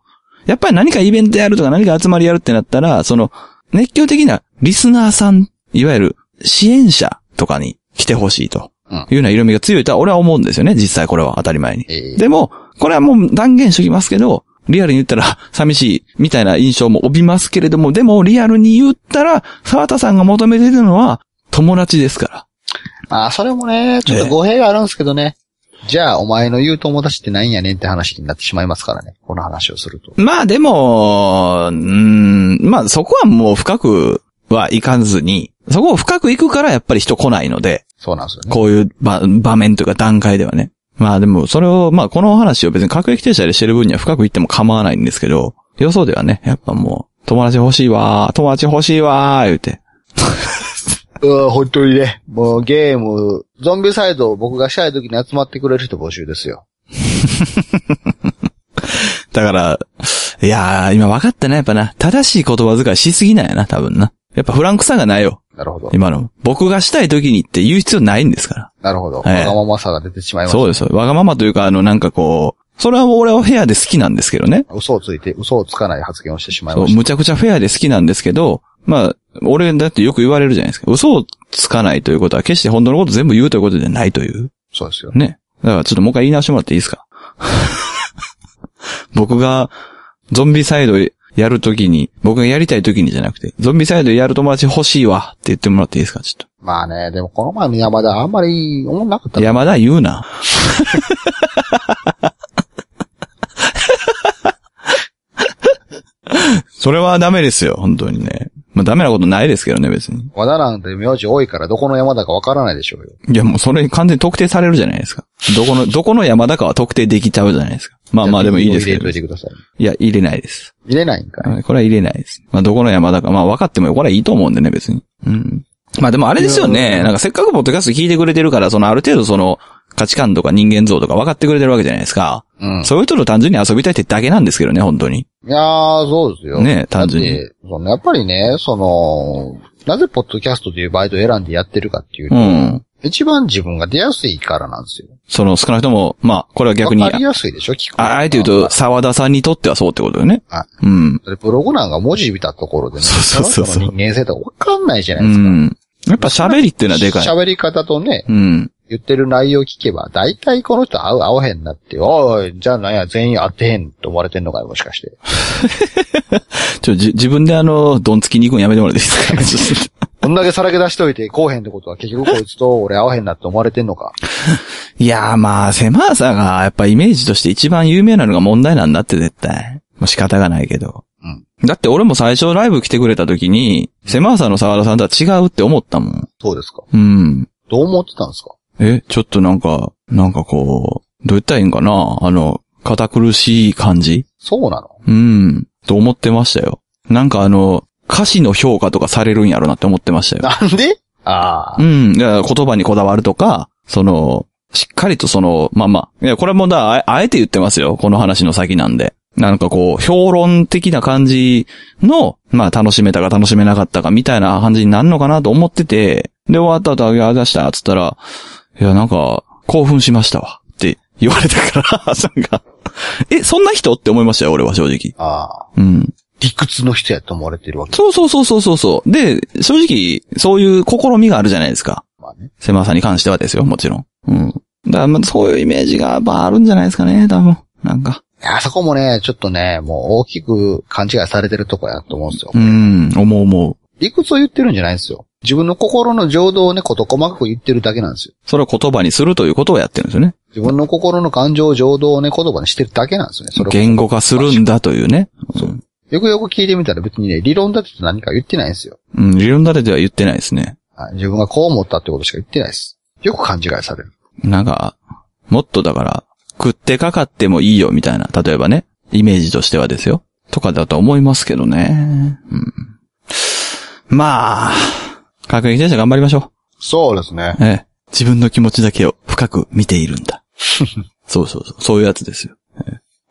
Speaker 3: やっぱり何かイベントやるとか何か集まりやるってなったら、その、熱狂的なリスナーさん、いわゆる支援者とかに来てほしいと。
Speaker 2: うん
Speaker 3: いうような色味が強いとは俺は思うんですよね、実際これは当たり前に。
Speaker 2: ええ
Speaker 3: でも、これはもう断言しときますけど、リアルに言ったら (laughs) 寂しいみたいな印象も帯びますけれども、でもリアルに言ったら、沢田さんが求めているのは友達ですから。
Speaker 2: ああ、それもね、ちょっと語弊があるんですけどね。じゃあ、お前の言う友達ってなんやねんって話になってしまいますからね。この話をすると。
Speaker 3: まあでも、うーん、まあそこはもう深くはいかずに、そこを深く行くからやっぱり人来ないので、
Speaker 2: そうなんですよね。
Speaker 3: こういう場場面というか段階ではね。まあでも、それを、まあこのお話を別に各駅停車でしてる分には深く言っても構わないんですけど、予想ではね、やっぱもう、友達欲しいわー、友達欲しいわー、言うて。
Speaker 2: うん、本当にね。もうゲーム、ゾンビサイドを僕がしたい時に集まってくれる人募集ですよ。
Speaker 3: だから、いやー、今分かったな、やっぱな。正しい言葉遣いしすぎなんやな、多分な。やっぱフランクさがないよ。
Speaker 2: なるほど。
Speaker 3: 今の。僕がしたい時にって言う必要ないんですか
Speaker 2: なるほど。わ
Speaker 3: ええ
Speaker 2: がままさが出てしまい
Speaker 3: ら。
Speaker 2: まし
Speaker 3: そうです。わがままというか、あの、なんかこう、それは俺はフェアで好きなんですけどね。
Speaker 2: た。嘘をついて、嘘をつかない発言をしてしまい
Speaker 3: そ
Speaker 2: ま
Speaker 3: う、
Speaker 2: し
Speaker 3: むちゃくちゃフェアで好きなんですけど、まあ、俺だってよく言われるじゃないですか。嘘をつかないということは、決して本当のこと全部言うということでないという。
Speaker 2: た。そうですよ。
Speaker 3: ね。だからちょっともう一回言い直してもらっていいですか (laughs) 僕が、ゾンビサイドやるときに、僕がやりたいときにじゃなくて、ゾンビサイドやる友達欲しいわって言ってもらっていいですかちょっ
Speaker 2: まあね、でもこの前の山田あんまり思んなかった
Speaker 3: と。
Speaker 2: な。
Speaker 3: 山田言うな。 (laughs) それはダメですよ、本当にね。まあダメなことないですけどね、別に。
Speaker 2: 和田なんて名字多いからどこの山田かわからないでしょうよ。
Speaker 3: いや、もうそれ完全に特定されるじゃないですか。どこの、どこの山だかは特定できちゃうじゃないですか。まあまあでもいいですけ
Speaker 2: 入
Speaker 3: ど。
Speaker 2: れ
Speaker 3: い
Speaker 2: といてください。
Speaker 3: や、入れないです。
Speaker 2: 入れないんかい。
Speaker 3: はいこれは入れないです。まあどこの山だか、まあ分かってもよこれはいいと思うんでね、別に。うん。まあでもあれですよね。なんかせっかくポッドキャスト聞いてくれてるから、そのある程度その価値観とか人間像とか分かってくれてるわけじゃないですか。
Speaker 2: うん。
Speaker 3: そういう人と単純に遊びたいってだけなんですけどね、本当に。
Speaker 2: いやー、そうですよ。
Speaker 3: ね単純に
Speaker 2: だってそのやっぱりね、その、なぜポッドキャストというバイトを選んでやってるかっていう
Speaker 3: う
Speaker 2: と、
Speaker 3: ん。
Speaker 2: 一番自分が出やすいからなんですよ。
Speaker 3: その少なくとも、まあこれは逆に、
Speaker 2: わかり
Speaker 3: あ
Speaker 2: やすいでしょ、聞くのが。
Speaker 3: あえて言うと、沢田さんにとってはそうってことよね
Speaker 2: は。
Speaker 3: うん。
Speaker 2: だってブログなんか文字見たところでね、
Speaker 3: そうそうそうそう
Speaker 2: の人の人間性とかわかんないじゃな
Speaker 3: う
Speaker 2: いですか。
Speaker 3: ん。やっぱ喋りっていうのはでかい。
Speaker 2: 喋り方とね、
Speaker 3: うん。
Speaker 2: 言ってる内容聞けば、大体この人合う合わへんなって、おい、じゃあなんや、全員合ってへんと思われてんのかよ、もしかして。
Speaker 3: ちょ、じ、自分であの、どんつきに行くのやめてもらっていいですか (laughs) ちょっと
Speaker 2: こんだけさらけ出しといて、こうへんってことは結局こいつと俺合わへんなって思われてんのか。
Speaker 3: いやーまあ、狭さが、やっぱイメージとして一番有名なのが問題なんだって絶対。もう仕方がないけど。
Speaker 2: うん
Speaker 3: だって俺も最初ライブ来てくれた時に、狭さの沢田さんとは違うって思ったもん。
Speaker 2: そうですか。
Speaker 3: うん。
Speaker 2: どう思ってたんですか
Speaker 3: え、ちょっとなんか、なんかこう、どう言ったらいいんかなあの、堅苦しい感じ
Speaker 2: そうなの
Speaker 3: うん。と思ってましたよ。なんかあの、歌詞の評価とかされるんやろなって思ってましたよ。
Speaker 2: (laughs) なんでああ。
Speaker 3: うん。だから言葉にこだわるとか、その、しっかりとその、まあまあ、いや、これもだ、あえあえて言ってますよ。この話の先なんで。なんかこう、評論的な感じの、まあ楽しめたか楽しめなかったかみたいな感じになるのかなと思ってて、で終わった後、あげあ出した、つったら、いや、なんか、興奮しましたわ。って言われたから、 (laughs) なんか、え、そんな人って思いましたよ、俺は正直。
Speaker 2: ああ。
Speaker 3: うん。
Speaker 2: 理屈の人やと思われてるわけ。
Speaker 3: そうそうそうそうそうそう。で、正直、そういう試みがあるじゃないですか。
Speaker 2: まあね。
Speaker 3: 狭さに関してはですよ、もちろん。うん。だからまあ、そういうイメージが、まあ、あるんじゃないですかね、多分。なんか。
Speaker 2: いや、そこもね、ちょっとね、もう大きく勘違いされてるとこやと思うんですよ。
Speaker 3: うん、思う思う。
Speaker 2: 理屈を言ってるんじゃないんですよ。自分の心の情動をね、こと細かく言ってるだけなんですよ。
Speaker 3: それを言葉にするということをやってるんですよね。
Speaker 2: 自分の心の感情、情動をね、言葉にしてるだけなんですよね。それを
Speaker 3: 言語化するんだというね。うん
Speaker 2: よくよく聞いてみたら別にね、理論立てて何か言ってないんですよ。
Speaker 3: うん、理論立てでは言ってないですね。
Speaker 2: はい自分がこう思ったってことしか言ってないです。よく勘違いされる。
Speaker 3: なんか、もっとだから、食ってかかってもいいよ、みたいな。例えばね、イメージとしてはですよ。とかだと思いますけどね。うん。まあ、各駅停車頑張りましょう。
Speaker 2: そうですね。
Speaker 3: ええ。自分の気持ちだけを深く見ているんだ。そうそうそう。そういうやつですよ。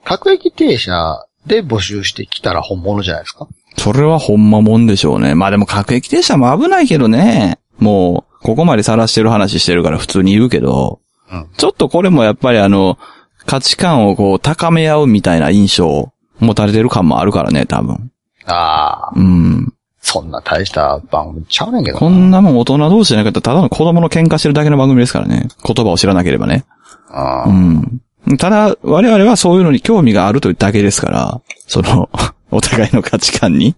Speaker 2: 各駅停車で募集してきたら本物じゃないですか。
Speaker 3: それはほんまもんでしょうね。まあでも各駅停車も危ないけどね。もう、ここまで晒してる話してるから普通に言うけど、
Speaker 2: うん
Speaker 3: ちょっとこれもやっぱりあの、価値観をこう高め合うみたいな印象を持たれてる感もあるからね、多分。
Speaker 2: ああ、
Speaker 3: うん。
Speaker 2: そんな大した番組ちゃうねんけどな。
Speaker 3: こんなもん大人同士じゃなかったらただの子供の喧嘩してるだけの番組ですからね。言葉を知らなければね。
Speaker 2: あー
Speaker 3: うん。ただ、我々はそういうのに興味があるというだけですから、その、お互いの価値観に。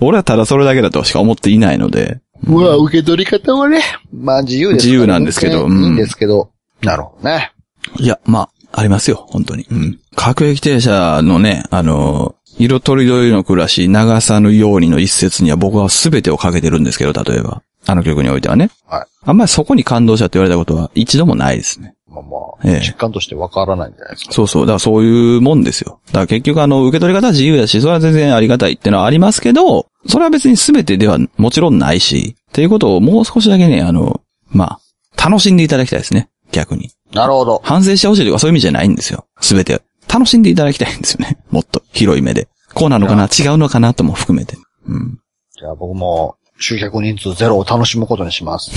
Speaker 3: 俺はただそれだけだとしか思っていないので。
Speaker 2: うわ、受け取り方はね、まあ自由ですから
Speaker 3: 自由なんですけ
Speaker 2: 全
Speaker 3: ど
Speaker 2: 然
Speaker 3: うん
Speaker 2: いいんですけど。なるほどね。
Speaker 3: いや、まあ、ありますよ、本当に。うん。各駅停車のね、あの、色とりどりの暮らし、流さぬようにの一節には僕は全てをかけてるんですけど、例えば。あの曲においてはね。
Speaker 2: はい。
Speaker 3: あんまりそこに感動したって言われたことは一度もないですね。
Speaker 2: まあまあ、
Speaker 3: ええ
Speaker 2: 実感としてわからないんじゃないですか。
Speaker 3: そうそう。だからそういうもんですよ。だから結局あの、受け取り方は自由だし、それは全然ありがたいってのはありますけど、それは別に全てではもちろんないし、っていうことをもう少しだけね、あの、まあ、楽しんでいただきたいですね。逆に。
Speaker 2: なるほど。
Speaker 3: 反省してほしいとかそういう意味じゃないんですよ。全て。楽しんでいただきたいんですよね。 (laughs) もっと広い目で。こうなのかな違うのかなとも含めて。うん。
Speaker 2: じゃあ僕も、集客人数ゼロを楽しむことにします。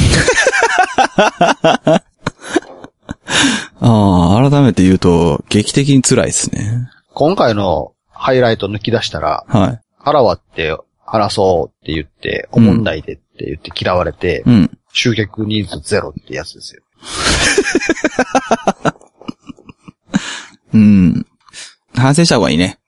Speaker 3: ああ、改めて言うと、劇的に辛いですね。
Speaker 2: 今回のハイライト抜き出したら、
Speaker 3: はい。
Speaker 2: 腹割って、話そうって言って、思んないでって言って嫌われて、
Speaker 3: うん。
Speaker 2: 集客人数ゼロってやつですよ。
Speaker 3: うん。反省した方がいいね。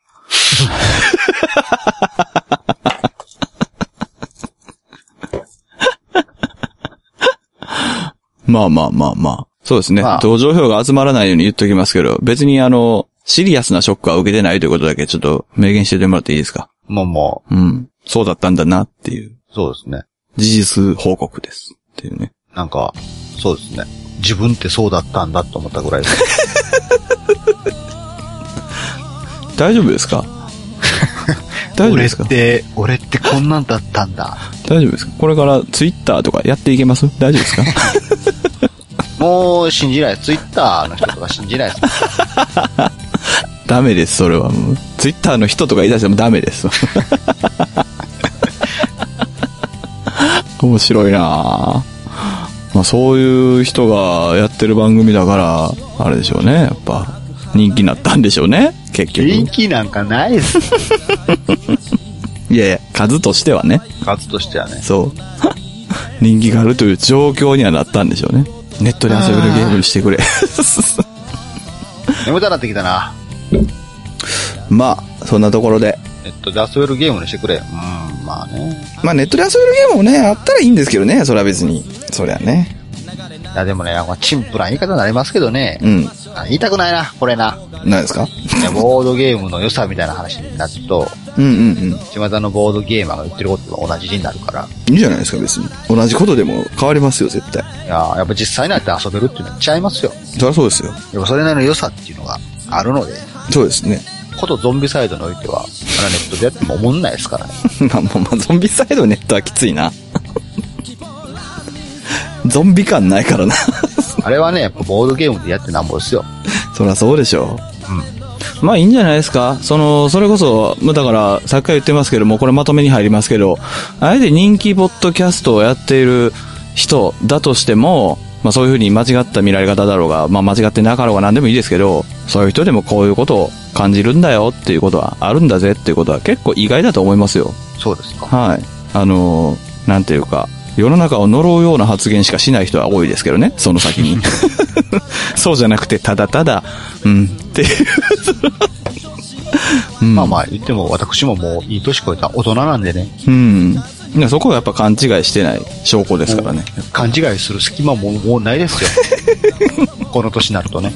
Speaker 3: まあまあまあまあ。そうですね。
Speaker 2: まあ
Speaker 3: 同情票が集まらないように言っときますけど、別にあの、シリアスなショックは受けてないということだけちょっと明言しておいてもらっていいですか
Speaker 2: もうも
Speaker 3: うん。そうだったんだなっていう、
Speaker 2: う、そうですね。
Speaker 3: 事実報告です。っていうね。
Speaker 2: なんか、そうですね。自分ってそうだったんだと思ったぐらいです。
Speaker 3: 大丈夫で
Speaker 2: (laughs)
Speaker 3: すか大丈夫ですか
Speaker 2: 俺って、俺ってこんなんだったんだ。
Speaker 3: 大丈夫ですかこれからツイッターとかやっていけます大丈夫ですか
Speaker 2: もう信じない。ツイッターの人とか信じないです。
Speaker 3: (laughs) ダメです、それはもう。ツイッターの人とか言い出してもダメです。面白いなぁまあそういう人がやってる番組だから、あれでしょうね、やっぱ。人気になったんでしょうね、結局。
Speaker 2: 人気なんかないです。
Speaker 3: いやいや、数としてはね。
Speaker 2: 数としてはね。
Speaker 3: そう。 (laughs) 人気があるという状況にはなったんでしょうね。ネットで遊べるゲームにしてくれ。
Speaker 2: 眠たなってきたな。
Speaker 3: (laughs) まあ、そんなところで。
Speaker 2: ネットで遊べるゲームにしてくれ。うん、まあね。
Speaker 3: まあネットで遊べるゲームもね、あったらいいんですけどね、それは別に。そりゃね。
Speaker 2: いやでもね、まあチンプな言い方になりますけどね。
Speaker 3: うん。
Speaker 2: あ言いたくないな、これな。
Speaker 3: 何ですか
Speaker 2: ねボードゲームの良さみたいな話になると、
Speaker 3: うんうんうん。い
Speaker 2: 巷のボードゲーマーが言ってることと同じになるから。
Speaker 3: いんじゃないですか、別に。同じことでも変わりますよ、絶対。
Speaker 2: いやーやっぱ実際になって遊べるっていうのはちゃいますよ。
Speaker 3: そりゃそうですよ。
Speaker 2: やっぱそれなりの良さっていうのがあるので、
Speaker 3: そうですね。 (laughs)
Speaker 2: ことゾンビサイドにおいては、あのネットでやっても思んないです
Speaker 3: (laughs)
Speaker 2: からね。
Speaker 3: まあまあまあ、ゾンビサイドネットはきついな。 (laughs) ゾンビ感ないからな。
Speaker 2: あれはね、やっぱボードゲームでやってなんぼですよ。
Speaker 3: そりゃそうでしょう。まあいいんじゃないですか。その、それこそ、まあだから、さっきから言ってますけども、これまとめに入りますけど、あえて人気ポッドキャストをやっている人だとしても、まあそういうふうに間違った見られ方だろうが、まあ間違ってなかろうが何でもいいですけど、そういう人でもこういうことを感じるんだよっていうことはあるんだぜっていうことは結構意外だと思いますよ。
Speaker 2: そうですか。
Speaker 3: はい。あのーなんていうか、世の中を呪うような発言しかしない人は多いですけどね、その先
Speaker 2: (laughs)
Speaker 3: に。そうじゃなくて、ただただ、うん、っていう。う
Speaker 2: (laughs)
Speaker 3: ん
Speaker 2: まあまあ言っても私ももういい年越えた大人なんでね、
Speaker 3: うん。いやそこはやっぱ勘違いしてない証拠ですからね。
Speaker 2: 勘違いする隙間ももうないです
Speaker 3: (laughs)
Speaker 2: よ。この年になるとね。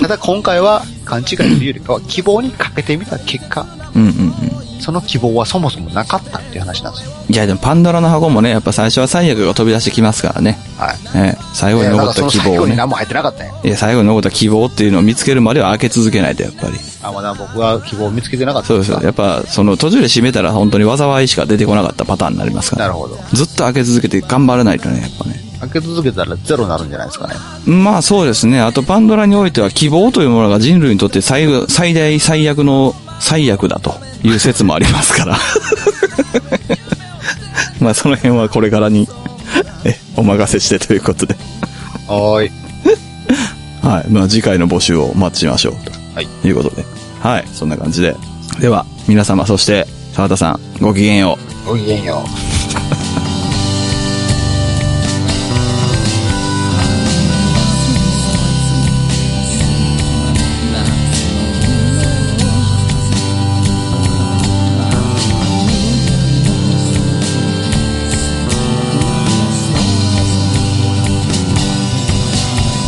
Speaker 2: ただ今回は勘違いというよりかは希望にかけてみた結果、
Speaker 3: うんうんうん。
Speaker 2: その希望はそもそもなかったっていう話なんですよ。
Speaker 3: いや、でもパンドラの箱もね、やっぱ最初は最悪が飛び出してきますからね。
Speaker 2: はい。
Speaker 3: ええ、最後
Speaker 2: い
Speaker 3: に
Speaker 2: やだか
Speaker 3: 残っ
Speaker 2: らその
Speaker 3: た希
Speaker 2: 最
Speaker 3: 望を
Speaker 2: 後に
Speaker 3: ね。
Speaker 2: 何も入ってなかったね。
Speaker 3: いや、最後に残った希望っていうのを見つけるまでは開け続けないと、やっぱり。
Speaker 2: あ、まだ僕は希望を見つけてなかった
Speaker 3: そうですよ。やっぱ、その途中で閉めたら本当に災いしか出てこなかったパターンになりますから
Speaker 2: な。るほど。
Speaker 3: ずっと開け続けて頑張らないとね、やっぱね。
Speaker 2: 開け続けたらゼロになるんじゃないですかね。
Speaker 3: まあそうですね。あとパンドラにおいては希望というものが人類にとって最後最大最悪の最悪だという説 (laughs) もありますから。まあその辺はこれからにえ、お任せしてということで。
Speaker 2: はーい。
Speaker 3: はい。まあ、次回の募集をお待ちしましょう。
Speaker 2: はい。
Speaker 3: ということで。はい。そんな感じで。では、皆様、そして、沢田さん、ごきげんよう。
Speaker 2: ごきげんよう。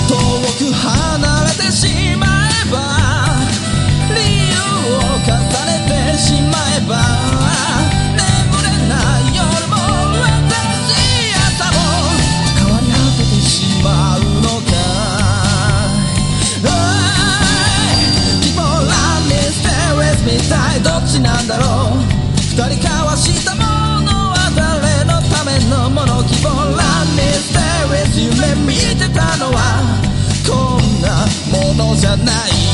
Speaker 4: 遠く離れてしまえば理由を重ねてしまえば眠れない夜も私朝も変わり果ててしまうのかい Keep on running, stay with me たいどっちなんだろう二人交わしたものは誰のためのもの希望 Running, stay with you 夢見てたのはこんなものじゃない